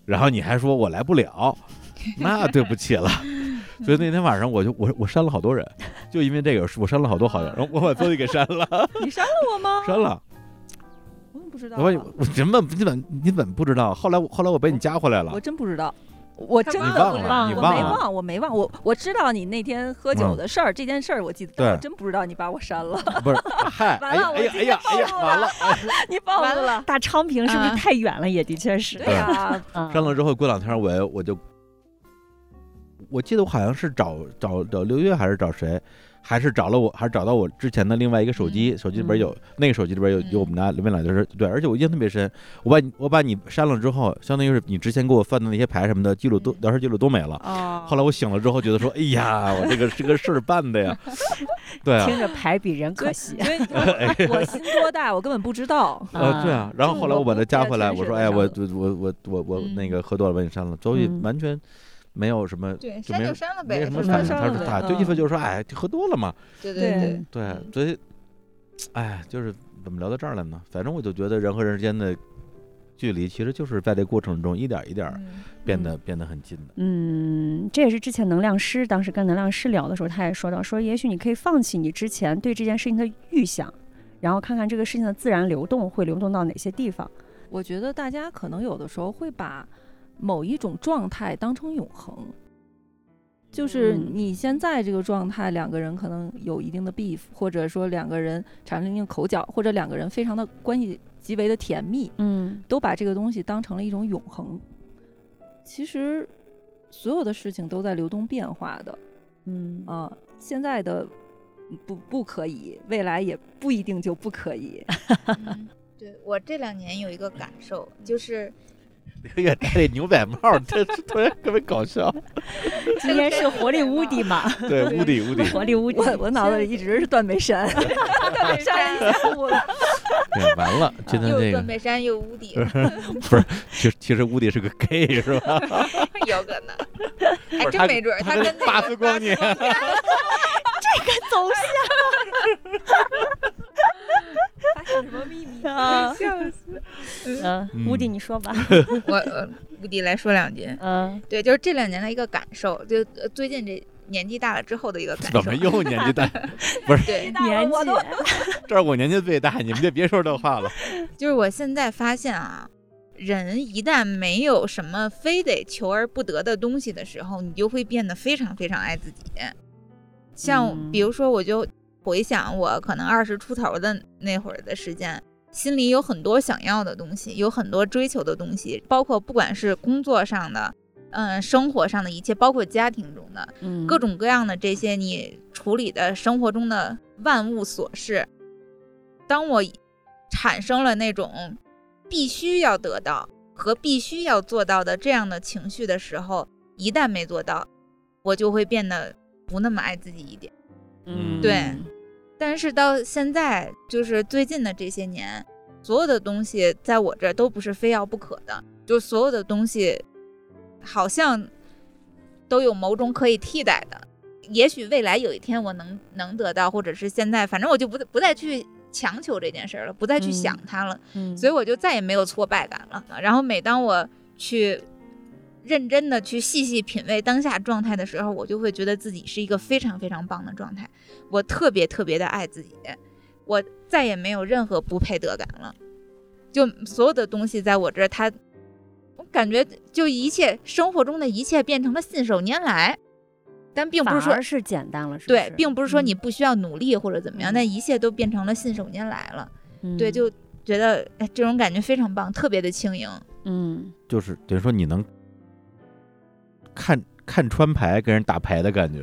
然后你还说我来不了，那对不起了。所以那天晚上我就我我删了好多人，就因为这个我删了好多好友，然后我把所有给删了，你删了我吗？删了。我怎么不知道啊？ 我我根本你怎么你怎么不知道？后来我后来我被你加回来了我，真不知道，我他真忘的了不知忘道，了你我忘没了忘，我没忘，我我知道你那天喝酒的事儿，这件事儿我记得，但对我真不知道你把我删了， 不是？嗨，哎完了呀哎呀哎呀哎呀，完 了！哎你暴完露了。大昌平是不是啊太远了？也的确是，对啊呀， 嗯删了之后，过两天我我就，我记得我好像是找找找刘月还是找谁，还是找了我，还是找到我之前的另外一个手嗯机，手机里边有那个手机里边有有我们家里面俩就是对，而且我印象特别深，我把你我把你删了之后，相当于是你之前给我翻的那些牌什么的记录都聊天记录都没了。嗯哦后来我醒了之后，觉得说，哎呀，我这个这个事儿办的呀， 对啊，听着牌比人可惜。 嗯因为我我心多大，我根本不知道。呃，对啊，然后就后来我我把不他加记得回来，真我实说，的哎呀，上我头我我我我我那嗯个喝多了把你删了，所以嗯完全没有什么对，就删没就有删了呗，没什么是吧反应，删他了说呗他就意思嗯就是说，哎，就喝多了嘛，对对对，对，嗯所以，哎，就是怎么聊到这儿来呢？反正我就觉得人和人之间的距离，其实就是在这过程中一点儿一点儿嗯变得变得很近的， 嗯，这也是之前能量师当时跟能量师聊的时候，他也说到，说也许你可以放弃你之前对这件事情的预想，然后看看这个事情的自然流动会流动到哪些地方。我觉得大家可能有的时候会把某一种状态当成永恒，就是嗯你现在这个状态，两个人可能有一定的 beef，或者说两个人产生一定口角，或者两个人非常的关系极为的甜蜜，嗯都把这个东西当成了一种永恒。其实，所有的事情都在流动变化的嗯啊、现在的不不可以，未来也不一定就不可以。嗯对我这两年有一个感受，就是刘月戴这牛仔帽，这这突然特别搞 笑， 今天是活力无敌嘛，对，无敌 无敌，活力无敌。我我脑子里一直是断背山， 断背山一下悟了。对，完了，今天啊又这断个背山又 无敌，其实其实无敌是个 gay 是 吧？有可 能，不是还他哎真没准儿，他跟跟那个巴斯光年巴斯光年走发现什么秘密？啊！ 嗯，无敌，嗯你说吧。我呃无敌来说两句，嗯对，就是这两年的一个感受，就呃最近这年纪大了之后的一个感受怎，么又年纪 大？对，年纪我都 这儿我年纪最大，你们就别说这话了。就是我现在发现啊，人一旦没有什么非得求而不得的东西的时候，你就会变得非常非常爱自己。像嗯比如说，我就回想我可能二十出头的那会儿的时间，心里有很多想要的东西，有很多追求的东西，包括不管是工作上的，嗯，生活上的一切，包括家庭中的，嗯，各种各样的这些你处理的生活中的万物琐事，当我产生了那种必须要得到和必须要做到的这样的情绪的时候，一旦没做到，我就会变得不那么爱自己一点。嗯对但是到现在，就是最近的这些年，所有的东西在我这儿都不是非要不可的，就所有的东西好像都有某种可以替代的。也许未来有一天我能能得到，或者是现在，反正我就不不再去强求这件事儿了，不再去嗯想它了，嗯所以我就再也没有挫败感了。然后每当我去认真的去细细品味当下状态的时候，我就会觉得自己是一个非常非常棒的状态。我特别特别的爱自己，我再也没有任何不配得感了。就所有的东西在我这儿，它，我感觉就一切生活中的一切变成了信手拈来，但并不是反说而是简单了，是不对是，并不是说你不需要努力或者怎么样，嗯那一切都变成了信手拈来了。嗯对，就觉得哎，这种感觉非常棒，特别的轻盈。嗯就是等于说你能看看穿牌跟人打牌的 感觉，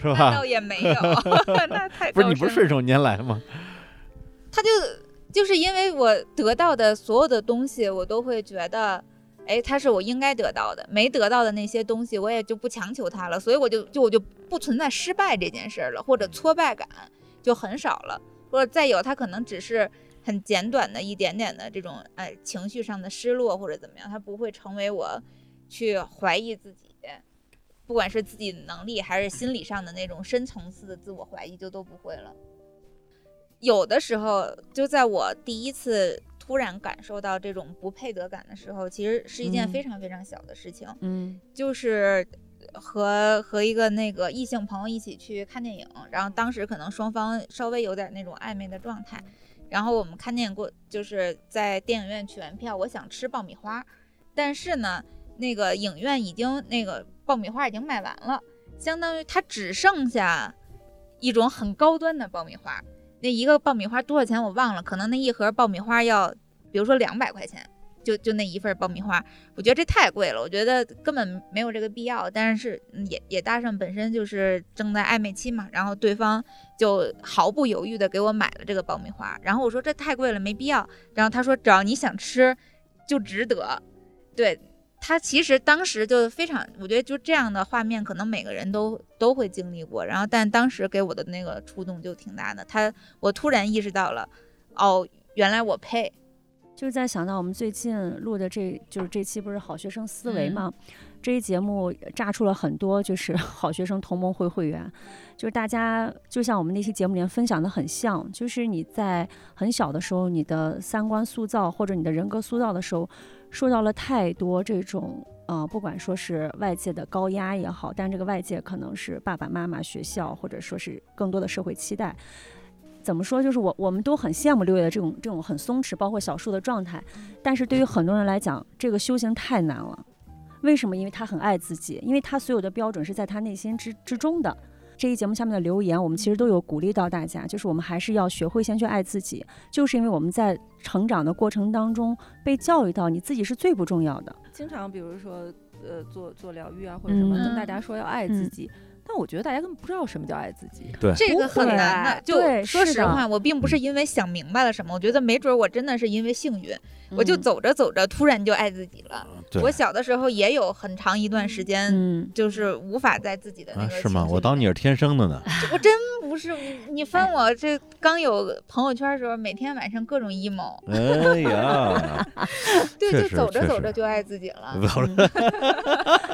是那吧倒？也没有， 那太不是高你不是顺深了手拈来吗？他就就是因为我得到的所有的东西，我都会觉得哎，它是我应该得到的，没得到的那些东西，我也就不强求它了，所以我就就我就不存在失败这件事儿了，或者挫败感就很少了，或者再有它可能只是很简短的一点点的这种哎情绪上的失落或者怎么样，它不会成为我去怀疑自己，不管是自己能力还是心理上的那种深层次的自我怀疑，就都不会了。有的时候，就在我第一次突然感受到这种不配得感的时候，其实是一件嗯非常非常小的事情，嗯就是和和一个那个异性朋友一起去看电影，然后当时可能双方稍微有点那种暧昧的状态，然后我们看电影过，就是在电影院取完票，我想吃爆米花，但是呢，那个影院已经那个爆米花已经卖完了，相当于它只剩下一种很高端的爆米花。那一个爆米花多少钱我忘了，可能那一盒爆米花要，比如说两百块钱，就就那一份爆米花，我觉得这太贵了，我觉得根本没有这个必要。但是嗯也也搭上本身就是正在暧昧期嘛，然后对方就毫不犹豫的给我买了这个爆米花，然后我说这太贵了，没必要。然后他说只要你想吃，就值得。对他其实当时就非常，我觉得就这样的画面，可能每个人都都会经历过。然后但当时给我的那个触动就挺大的，他我突然意识到了，哦，原来我配，就是在想到我们最近录的这就是这期不是好学生思嗯维嘛，这一节目炸出了很多就是 好学生同盟会会员，就是大家就像我们那期节目里面分享的很像，就是你在很小的时候，你的三观塑造或者你的人格塑造的时候，受到了太多这种。呃，不管说是外界的高压也好，但这个外界可能是爸爸妈妈、学校，或者说是更多的社会期待，怎么说，就是我我们都很羡慕六月的这种这种很松弛，包括小树的状态。嗯但是对于很多人来讲，这个修行太难了。为什么？因为他很爱自己，因为他所有的标准是在他内心之之中的。这一节目下面的留言，我们其实都有鼓励到大家，就是我们还是要学会先去爱自己，就是因为我们在成长的过程当中被教育到你自己是最不重要的。经常比如说呃做做疗愈啊或者什么，嗯跟大家说要爱自嗯己，但我觉得大家根本不知道什么叫爱自己。这个很难的。不会就说对是实的话，我并不是因为想明白了什么，我觉得没准我真的是因为幸运，我嗯就走着走着突然就爱自己了。对我小的时候也有很长一段时间。嗯，就是无法在自己的那啊，个、是吗？我当你是天生 的呢。我真不是你，你翻我这刚有朋友圈的时候，每天晚上各种 emo，哎呀，对，确就实走着确走实着就爱自己了。不是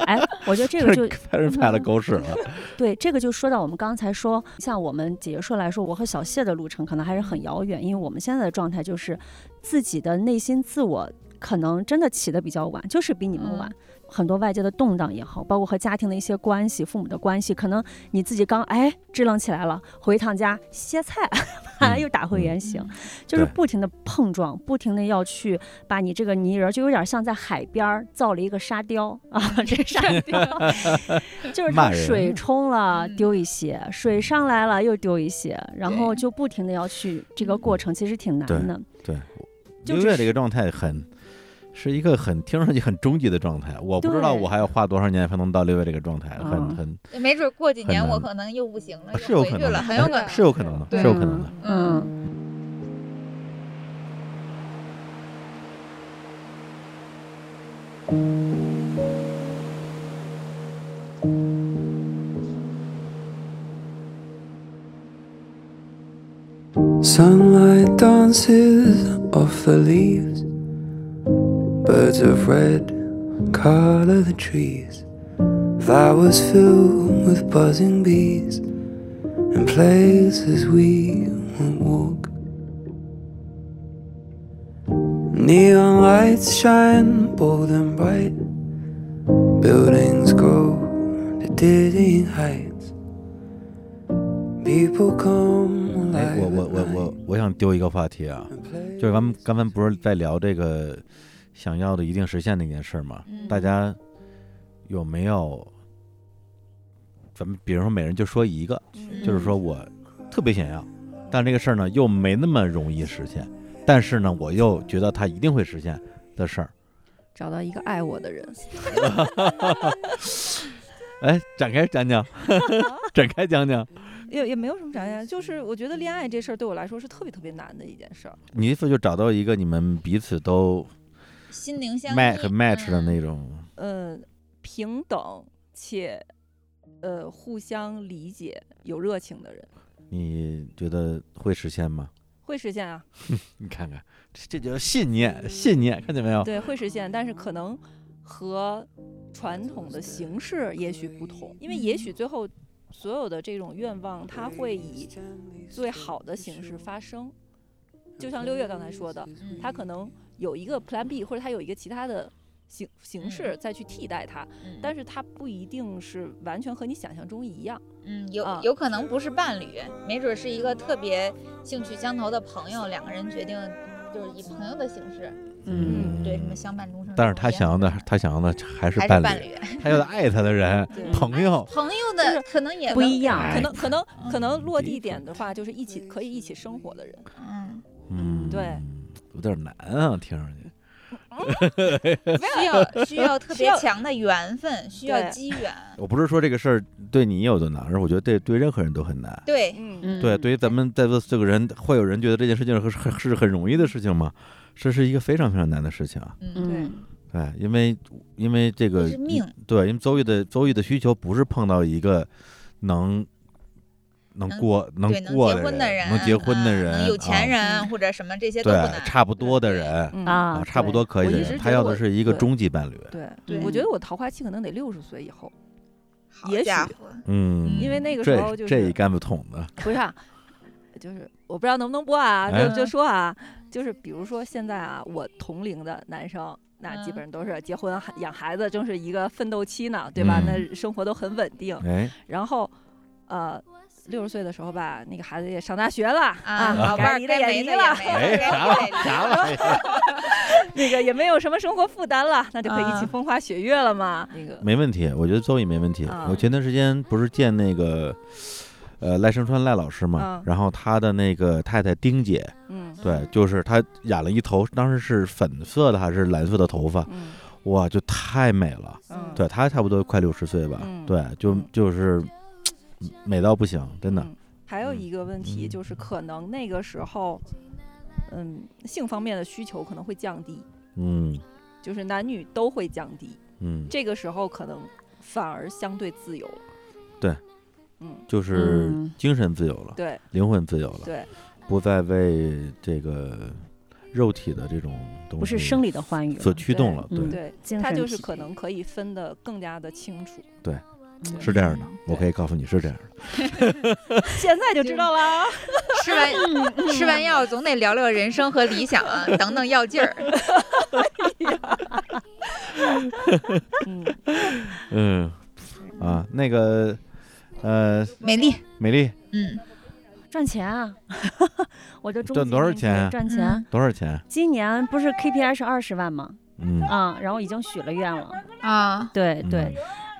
哎，我觉得这个就开始拍了狗屎了。 对，这个就说到我们刚才说，像我们姐姐说来说，我和小谢的路程可能还是很遥远，因为我们现在的状态就是自己的内心自我可能真的起得比较晚，就是比你们晚。很多外界的动荡也好，包括和家庭的一些关系、父母的关系，可能你自己刚哎支棱起来了，回一趟家歇菜， 又打回原形，就是对不停的碰撞，不停的要去把你这个泥人儿，就有点像在海边儿造了一个沙雕 啊，这沙 雕就是骂它人水冲了嗯丢一些，水上来了又丢一些，然后对就不停的要去这个过程，其实挺难对的。对，就音是乐这个状态很。是一个很听上去很终极的状态，我不知道对我还要花多少年才能到六月这个状态，嗯啊很很没准过几很年我难啊可能又不行了，是又有回可去能了，的，很有可能。是有可能的，对啊是有可能的。嗯， Sunlight dances off the leaves. Birds of red color the trees. Flowers fill with buzzing bees. And places we won't walk. Neon lights shine bold and bright. Buildings grow to dizzying heights. People come 哎， alive. 我我 at 我 night. 我我想丢一个话题啊，嗯就是咱们刚才不是在聊这个想要的一定实现那件事儿吗？嗯大家有没有？咱们比如说每人就说一个，嗯就是说我特别想要，但这个事儿呢又没那么容易实现，但是呢我又觉得它一定会实现的事儿。 找到一个爱我的人，哎，展开讲 讲，展开讲讲，也也没有什么展现，啊就是我觉得恋爱这事儿对我来说是特别特别难的一件事儿。你意思就找到一个你们彼此都心灵相卖印很 match 的嗯那种，呃平等且呃互相理解、有热情的人，你觉得会实现吗？会实现啊，你看看，这这叫信念，信念，看见没有？对，会实现，但是可能和传统的形式也许不同，因为也许最后所有的这种愿望，它会以最好的形式发生。就像六月刚才说的，嗯它可能有一个 Plan B，或者它有一个其他的形形式再去替代它，嗯但是它不一定是完全和你想象中一样。嗯，有啊有可能不是伴侣，没准是一个特别兴趣相投的朋友，两个人决定就是以朋友的形式，嗯对，什么相伴终生。但是他想要的，他想要的还是还伴是侣，伴 侣，嗯他要的爱他的人，对朋友，朋友就的是可能也不能一样。可哎能可能可能落这地个点的话，就是一起可以一起生活的人。嗯，嗯，对，有点难啊，听上去。需要需要特需别要强的缘分，需要对机缘，我不是说这个事儿对你有多难，而是我觉得对对任何人都很难。对，嗯，嗯，对，对于咱们在座四个人，会有人觉得这件事情是很是很容易的事情吗？这是一个非常非常难的事情啊。嗯，嗯，对，因为因为这个这是命，对，因为周易的周易的需求不是碰到一个能能能过能对，能过结婚的人，能结婚的啊人，能有钱啊、人或者什么这些都不对难，差不多的对人嗯啊啊，，差不多可以我的一直人，觉他得要我的是一个对终极伴侣。对，对我觉得我桃花期可能得六十岁以后，好也许家伙，嗯，因为那个时候这就这一是竿子捅的，不是啊，就是我不知道能不能播啊，哎就就说啊，就是比如说现在啊，我同龄的男生。那嗯基本上都是结婚孩养孩子，正是一个奋斗期呢，对吧？嗯那生活都很稳定。哎， 然后，呃，六十岁的时候吧，那个孩子也上大学了啊，老伴该儿离的该也没离的也了，没了，该离的也离了， 那个也没有什么生活负担了，那就可以一啊起风花雪月了嘛。那个没问题，我觉得周易没问题。啊我前段时间不是见那个。呃，赖声川赖老师嘛，啊然后他的那个太太丁姐，嗯对，就是她染了一头，当时是粉色的还是蓝色的头发，嗯哇，就太美了。嗯，对她差不多快六十岁吧，嗯对，就嗯就是嗯美到不行，真的。嗯还有一个问题嗯就是，可能那个时候，嗯，性方面的需求可能会降低，嗯就是男女都会降低。嗯，这个时候可能反而相对自由啊了。对，嗯，就是嗯精神自由了，对灵魂自由了，对，不再为这个肉体的这种东西不是生理的欢愉了，所驱动了，对对，嗯对，精神他就是疲可能可以分得更加的清 楚。嗯是这样的，我对可以告诉你是这样的。现在就知道了啊，吃完吃完药总得聊聊人生和理想啊，等等药劲儿。嗯，嗯，啊，那个呃，美丽，美丽嗯，赚钱啊！ 我这终赚极多少命题钱啊赚钱。多少钱？今年不是 KPI 是二十万吗？嗯啊，然后已经许了愿了。啊对对，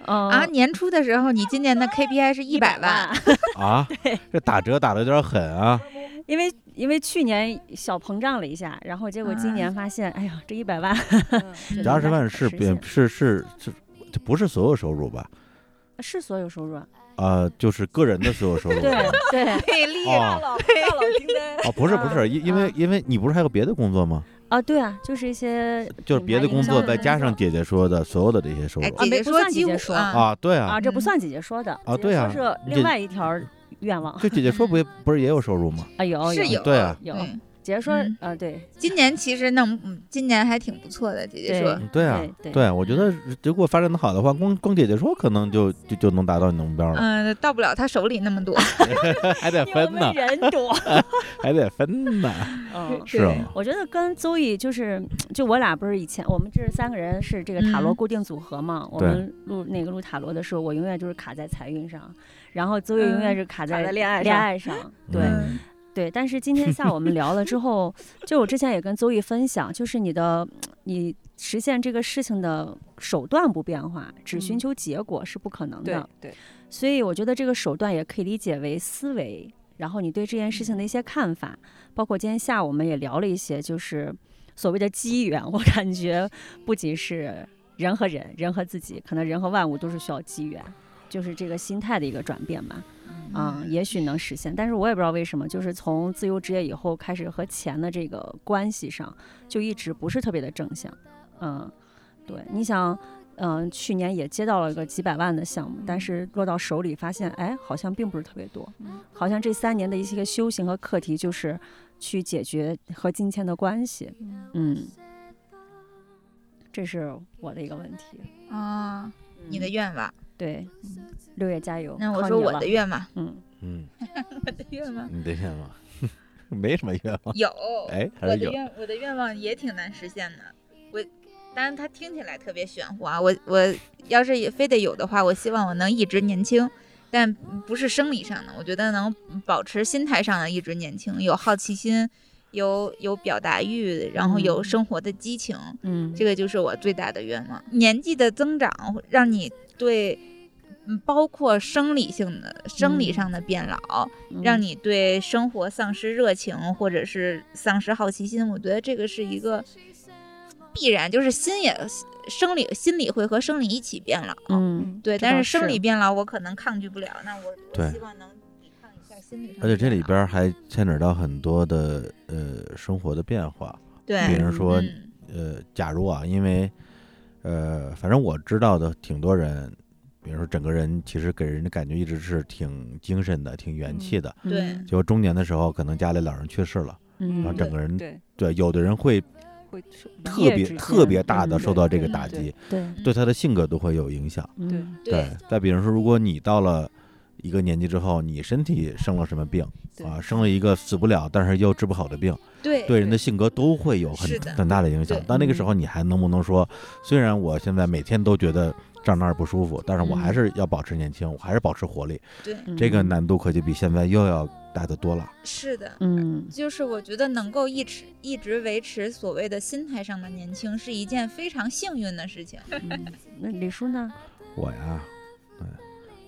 嗯啊！年初的时候，你今年的 KPI 是一百万，， 啊，这打折打的有点狠啊。因为因为去年小膨胀了一下，然后结果今年发现，哎呀，这一百万，嗯这这二十没办法万是实不现是是是，这不是所有收入吧？ 是所有收入啊，呃，就是个人的所有 收入。对对美丽大哦佬大佬今天 哦，不是不嗯是，因因为因为你不是还有别的工作吗？啊，对啊，就是一些 就是别的工作品牌营销的再加上姐姐说的所有的这些收入哎，啊姐没姐不说算姐几姐乎说啊，啊，对啊啊，，这不算姐姐说的啊姐姐对啊说是这另外一条愿望就姐姐说不也不是也有收入吗？啊，有是有有对啊有，对姐姐说嗯啊，对今年其实弄，嗯，今年还挺不错的。姐姐说，嗯对啊对，对对啊，我觉得如果发展的好的话，光光姐姐说可能就就就能达到你的目标了，嗯，到不了她手里那么多。啊还 得 因为我分啊呢们，人多，还得分呢， 嗯。是对吗？我觉得跟邹毅就是，就我俩不是以前我们这三个人是这个塔罗嗯固定组合嘛？我对们录那个录塔罗的时候，我永远就是卡在财运上，然后邹毅永远是卡嗯卡在在恋爱恋上爱 上。对嗯对，但是今天下午我们聊了之后， 就我之前也跟邹毅分享，就是你的你实现这个事情的手段不变化，只寻嗯求结果是不可能的嗯对。对，所以我觉得这个手段也可以理解为思维，然后你对这件事情的一些看法，包括今天下午我们也聊了一些，就是所谓的机缘。我感觉不仅是人和人，人和自己，可能人和万物都是需要机缘，就是这个心态的一个转变吧。嗯，也许能实现，但是我也不知道为什么，就是从自由职业以后开始和钱的这个关系上，就一直不是特别的正向。嗯，对，你想，嗯、去年也接到了个几百万的项目，但嗯是落到手里发现，哎，好像并不是特别多嗯，好像这三年的一些修行和课题就是去解决和金钱的关系，嗯，这是我的一个问题。啊，你的嗯愿望。对，六月加油！那我靠说你我了的，愿望， 嗯，嗯，我的愿望你的愿望 没什么愿望，有，哎，我还的是有。愿我的愿望也挺难实现的。我，当然它听起来特别玄乎啊。我我要是也非得有的话，我希望我能一直年轻，但不是生理上的，我觉得能保持心态上的一直年轻，有好奇心，有有表达欲，然后有嗯生活的激情，嗯，这个就是我最大的愿望。年纪的增长让你对。嗯包括生理性的、生理嗯上的变老，嗯让你对生活丧失热情，或者是丧失好奇心，我觉得这个是一个必然，就是心也生理心理会和生理一起变老。嗯，对，这但倒是生是理变老我可能抗拒不了，那我对我希望能抵抗一下心理上的变老。而且这里边还牵扯到很多的呃生活的变化，比对，如说嗯呃，假如啊，因为呃，反正我知道的挺多人，比如说整个人其实给人的感觉一直是挺精神的、挺元气的，对嗯结果中年的时候可能家里老人去世了，嗯，然后整个人对，对有的人会会受啊特别特别大的嗯受到这个对打对击，对对他的性格都会有影响。嗯对对，再比如说，如果你到了一个年纪之后，你身体生了什么病对啊，生了一个死不了，但是又治不好的病，对对人的性格都会有很是的很大的影响对。到那个时候，你还能不能说，虽然我现在每天都觉得这儿那儿不舒服，但是我嗯还是要保持年轻，我还是保持活力，对，这个嗯，难度可就比现在又要大得多了。是的。嗯就是我觉得能够一直一直维持所谓的心态上的年轻，是一件非常幸运的事情。啊嗯，那李叔呢？我呀，嗯，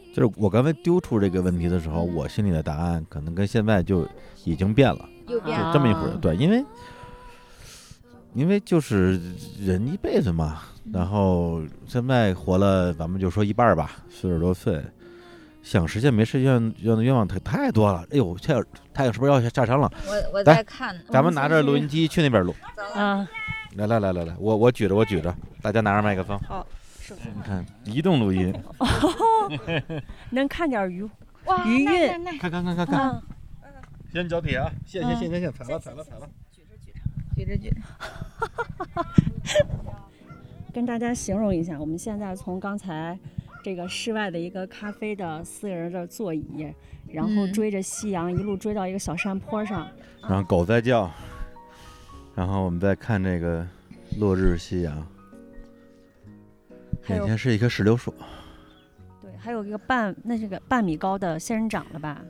就是我刚才丢出这个问题的时候，我心里的答案可能跟现在就已经变了。又变啊了，就这么一回事。对，因为因为就是人一辈子嘛，嗯然后现在活了，咱们就说一半儿吧，四十多岁，想实现没实现愿的愿望太太多了。哎呦，太太阳是不是要下山了？嗯我我来在看呢，咱们拿着录音机去那边录。啊，来来来来来，我我举着我举着，大家拿着麦克风，受你看 移动录音，能看点鱼哇余那韵那那看看看看看，啊，先脚底啊，线嗯线线线线，踩了踩了踩了。举着举着，跟大家形容一下，我们现在从刚才这个室外的一个咖啡的私人的座椅，然后嗯追着夕阳一路追到一个小山坡上，然后狗在叫，然后我们再看这个落日夕阳。还眼有前是一棵石榴树，对，还有一个半那是个半米高的仙人掌了吧？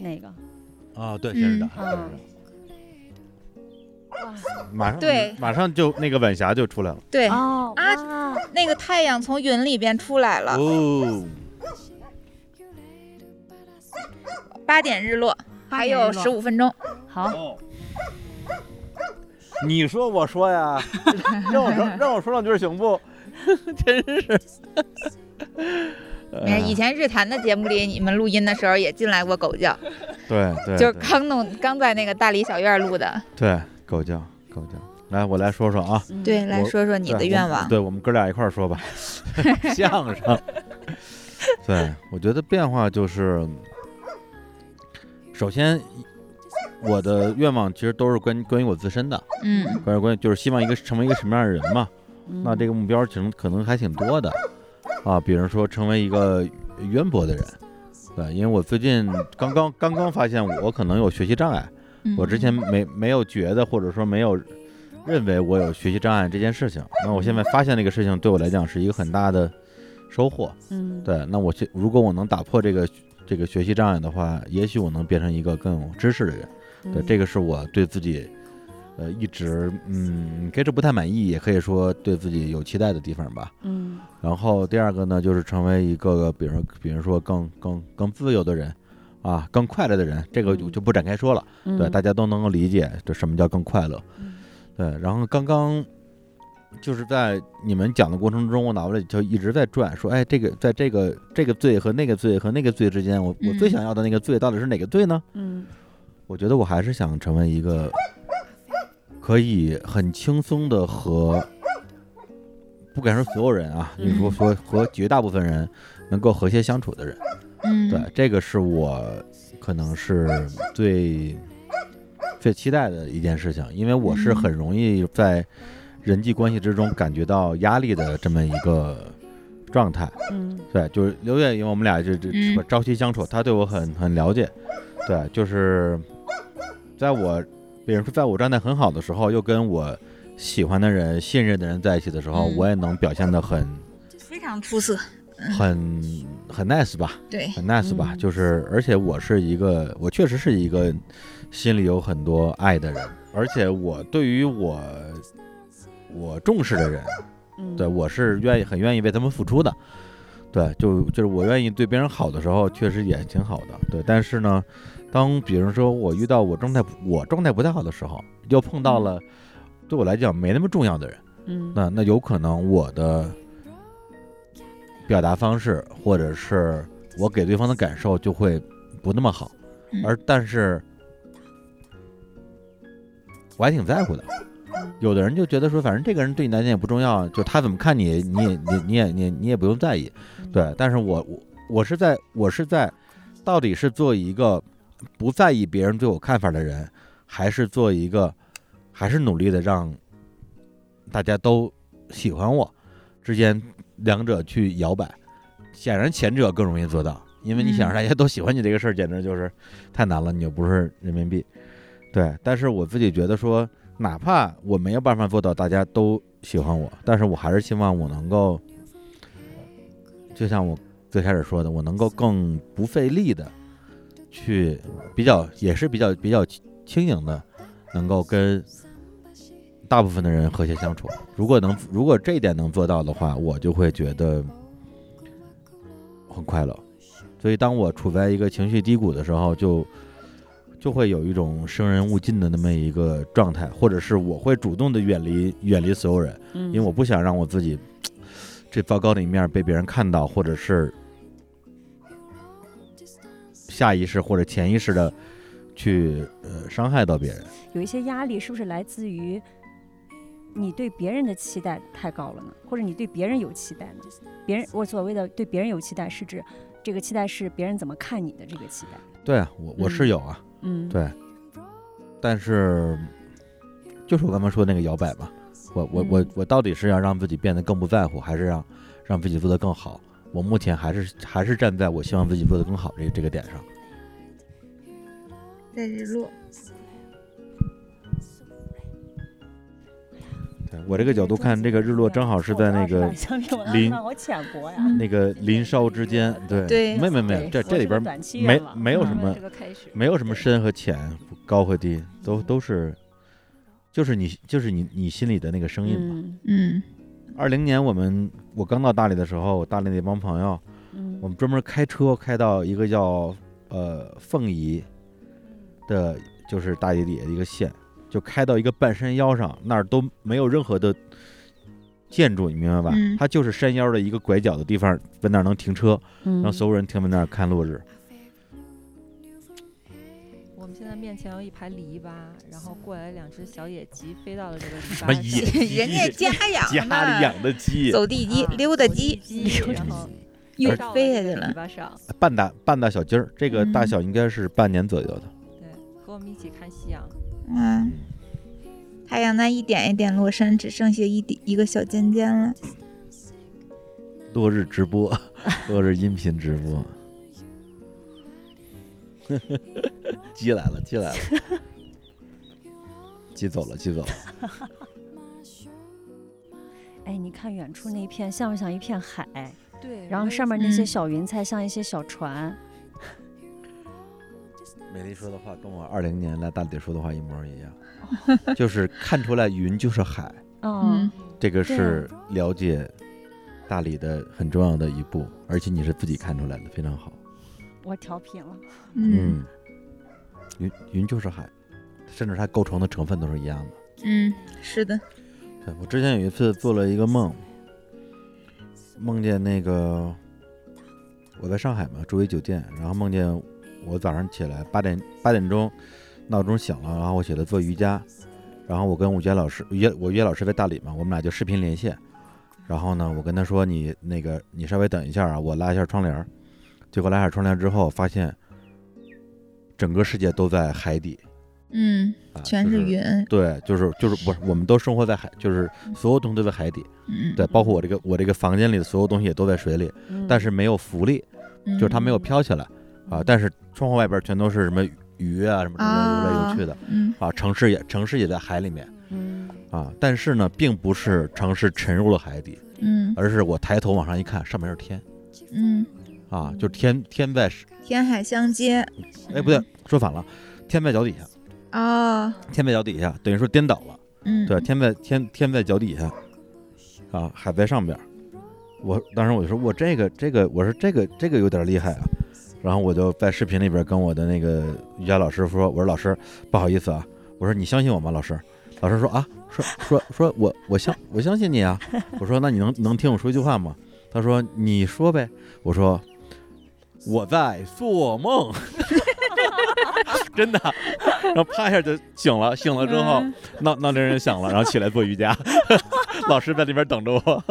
那个啊，对，仙人掌嗯马上对马上就那个晚霞就出来了。对，哦啊，那个太阳从云里边出来了，哦，八点日落，还有十15五分钟。好，哦你说我说呀，让我说让我说两句行不？真是。嗯你看哎以前日坛的节目里，你们录音的时候也进来过狗叫，呃对对，就是对嗯刚弄刚在那个大理小院录的。对狗叫狗叫。来，我来说说啊，嗯对，来我说说你的对我愿们望。对我们哥俩一块儿 说吧，相声。对，我觉得变化就是，首先我的愿望其实都是关关于我自身的，嗯关于关于就是希望一个成为一个什么样的人嘛。那这个个目标其实可能还挺多的啊，比如说成为一个渊博的人，对，因为我最近刚刚刚刚发现我可能有学习障碍，嗯我之前没没有觉得或者说没有认为我有学习障碍这件事情，那我现在发现这个事情对我来讲是一个很大的收获，嗯对，那我现如果我能打破这个这个学习障碍的话，也许我能变成一个更有知识的人。对，这个个是我对自己，呃，一直嗯，可以说不太满意，也可以说对自己有期待的地方吧。嗯然后第二个呢，就是成为一个个，比如比如说更更更自由的人，啊，更快乐的人，这个就嗯就不展开说了。嗯对，大家都能够理解这什么叫更快乐。对，然后刚刚就是在你们讲的过程中，我脑子里就一直在转，说，哎，这个在这个这个罪和那个罪和那个罪之间，我我最嗯想要的那个罪到底是哪个罪呢？嗯我觉得我还是想成为一个可以很轻松的和不敢说所有人啊，你说说和绝大部分人能够和谐相处的人，嗯，对，这个是我可能是最最期待的一件事情，因为我是很容易在人际关系之中感觉到压力的这么一个状态。嗯对，就是刘烨，因为我们俩这这嗯不朝夕相处，他对我很很了解。对，就是在我，比如说在我状态很好的时候，又跟我喜欢的人、信任的人在一起的时候，嗯我也能表现的很非常出色，很很 nice 吧，对，很 nice 吧。嗯就是，而且我是一个，我确实是一个心里有很多爱的人，而且我对于我我重视的人，嗯，对，我是愿意很愿意为他们付出的。对，就就是我愿意对别人好的时候，确实也挺好的。对，但是呢，当比如说我遇到我状态不我状态不太好的时候，又碰到了对我来讲没那么重要的人，嗯那那有可能我的表达方式或者是我给对方的感受就会不那么好，嗯而但是我还挺在乎的。有的人就觉得说，反正这个人对你来讲也不重要，就他怎么看你，你也你你也你也你也不用在意，对。但是我我我是在我是在，到底是做一个不在意别人对我看法的人，还是做一个，还是努力的让大家都喜欢我之间两者去摇摆。显然前者更容易做到，因为你想让大家都喜欢你这个事儿，简直就是太难了，你又不是人民币。对，但是我自己觉得说，哪怕我没有办法做到大家都喜欢我，但是我还是希望我能够，就像我最开始说的，我能够更不费力的去比较，也是比较比较轻盈的，能够跟大部分的人和谐相处。如果能，如果这一点能做到的话，我就会觉得很快乐。所以，当我处在一个情绪低谷的时候，就就会有一种生人勿近的那么一个状态，或者是我会主动的远离远离所有人，嗯，因为我不想让我自己嘖这糟糕的一面被别人看到，或者是下意识或者潜意识的去呃伤害到别人。有一些压力，是不是来自于你对别人的期待太高了呢？或者你对别人有期待呢？别人，我所谓的对别人有期待，是指这个期待是别人怎么看你的这个期待。对啊，我我是嗯有啊，嗯，对，但是就是我刚才说的那个摇摆嘛，我我我嗯我到底是要让自己变得更不在乎，还是让让自己做得更好？我目前还是还是站在我希望自己做得更好这这个点上。在日落，对我这个角度看，这个日落正好是在那个林林，我浅薄呀。那个林梢之间。对，对没没没，对我这这是里个边短期没愿望嗯没有什么这个开始，没有什么深和浅，高和低，都都是就是你就是你你心里的那个声音吧。嗯 嗯二零年我们我刚到大理的时候，我大理那帮朋友，嗯我们专门开车开到一个叫呃凤仪的，就是大理底下的一个县，就开到一个半山腰上，那儿都没有任何的建筑，你明白吧？嗯它就是山腰的一个拐角的地方，在那儿能停车，嗯让所有人停在那儿看落日。我们现在面前有一排篱笆，然后过来两只小野鸡飞到了这个篱笆什上，么野鸡？人家家 养家里的，养的鸡，走地鸡、啊溜达走鸡地，鸡，然后又到飞这下去个了篱。笆上， 半大半大小鸡儿，这个大嗯小应该是半年左右的。对，和我们一起看夕阳。嗯，太阳那一点一点落山，只剩下一点一个小尖尖了。落日直播，落日音频直播。 鸡来了，鸡来了，鸡走了，鸡走了。哎，你看远处那一片像不像一片海？对，然后上面那些小云彩像一些小船。美丽说的话跟我二零年来大理说的话一模一样，就是看出来云就是海，嗯，这个是了解大理的很重要的一步，而且你是自己看出来的，非常好。我调频了。嗯，云云就是海，甚至它构成的成分都是一样的。嗯是的，对我之前有一次做了一个梦，梦见那个我在上海嘛，住一酒店，然后梦见我早上起来八点八点钟闹钟响了，然后我起来做瑜伽，然后我跟吴杰老师，约我约老师在大理嘛，我们俩就视频连线，然后呢，我跟他说你那个你稍微等一下啊，我拉一下窗帘儿。结果拉下窗帘之后，发现整个世界都在海底，嗯，啊、全就是云，对，就是就是不是，我们都生活在海，就是所有东西都在海底，嗯，对，包括我这个我这个房间里的所有东西也都在水里，嗯但是没有浮力，嗯就是它没有飘起来啊，但是窗户外边全都是什么鱼啊什么什么游来游去的嗯啊，城市也城市也在海里面嗯啊，但是呢，并不是城市沉入了海底，嗯而是我抬头往上一看，上面是天嗯，啊，就是天天在，天海相接哎不对，说反了，天在脚底下，哦，天在脚底下，等于说颠倒了。嗯，对，天在天天在脚底下，啊，海在上边儿。我当时我就说，我这个这个，我说这个这个有点厉害啊。然后我就在视频里边跟我的那个瑜伽老师说，我说老师不好意思啊，我说你相信我吗？老师，老师说啊，说说说我我相我相信你啊。我说那你能能听我说一句话吗？他说你说呗。我说我在做梦， 真的。然后啪一下就醒了，醒了之后嗯闹闹铃人响了，然后起来做瑜伽， 老师在那边等着我。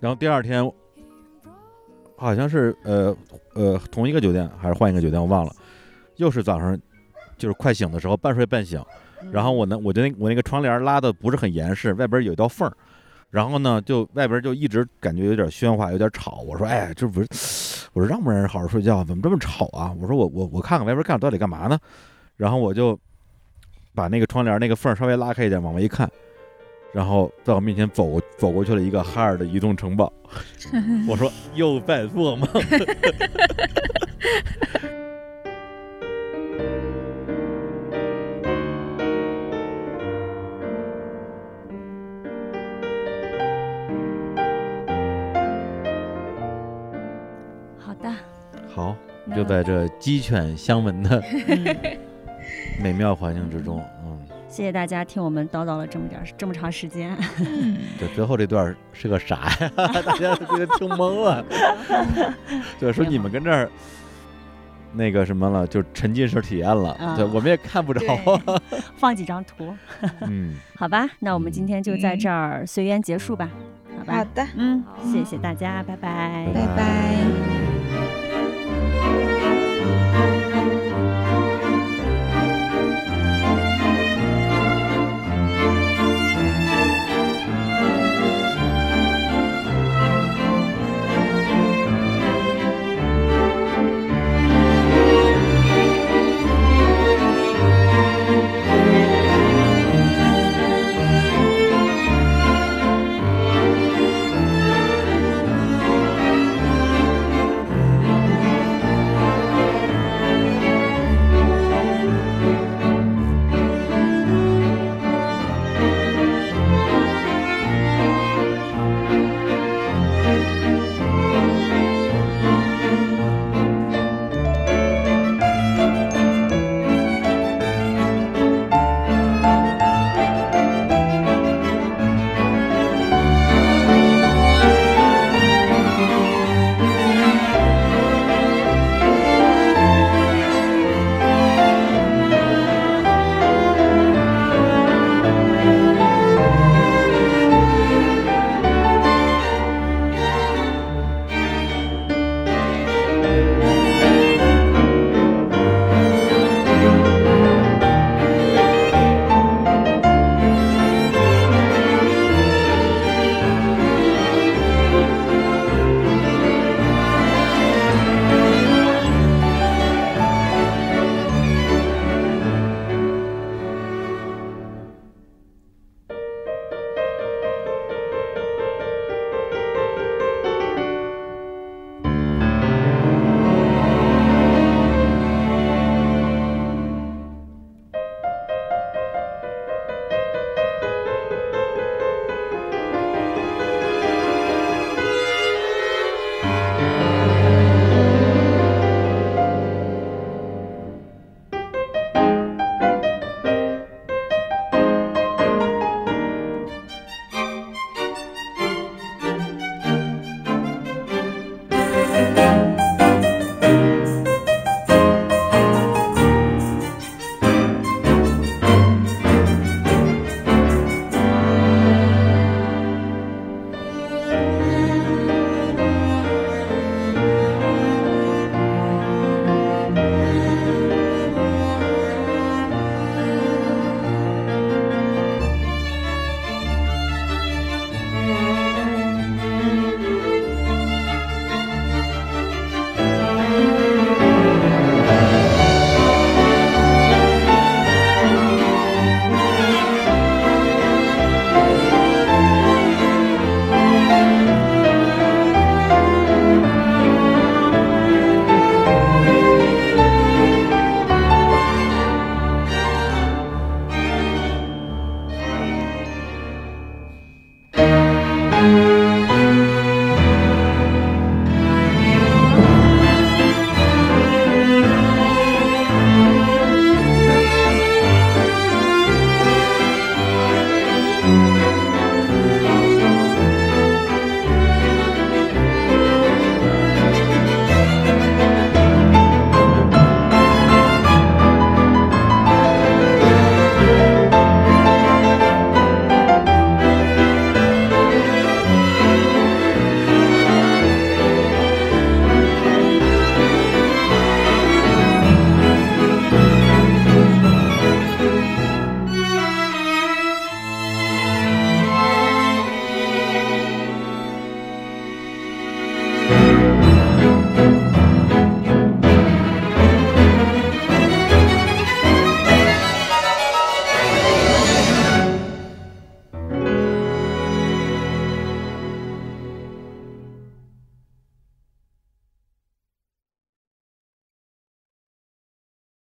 然后第二天，好像是呃呃同一个酒店还是换一个酒店，我忘了，又是早上就是快醒的时候，半睡半醒。然后我呢，我就那我那个窗帘拉的不是很严实，外边有一道缝儿。然后呢，就外边就一直感觉有点喧哗，有点吵。我说，哎，这不是，我说让不让人好好睡觉？怎么这么吵啊？我说我我我看看外边干到底干嘛呢？然后我就把那个窗帘那个缝儿稍微拉开一点，往外一看，然后在我面前走过走过去了一个哈尔的移动 城 堡。我说又在做梦。好的， 好，那就在这鸡犬相闻的嗯 美妙环境之中，嗯，谢谢大家听我们叨叨了这么点儿这么长时间。 对，最后这段是个啥呀？ 大家都觉得听懵 了。对，说你们跟这儿那个什么了，就沉浸式体验了。啊对，我们也看不着。 对放几张图， 嗯，好吧？那我们今天就在这儿随缘结束吧，好吧？好的，嗯，谢谢大家，拜拜拜拜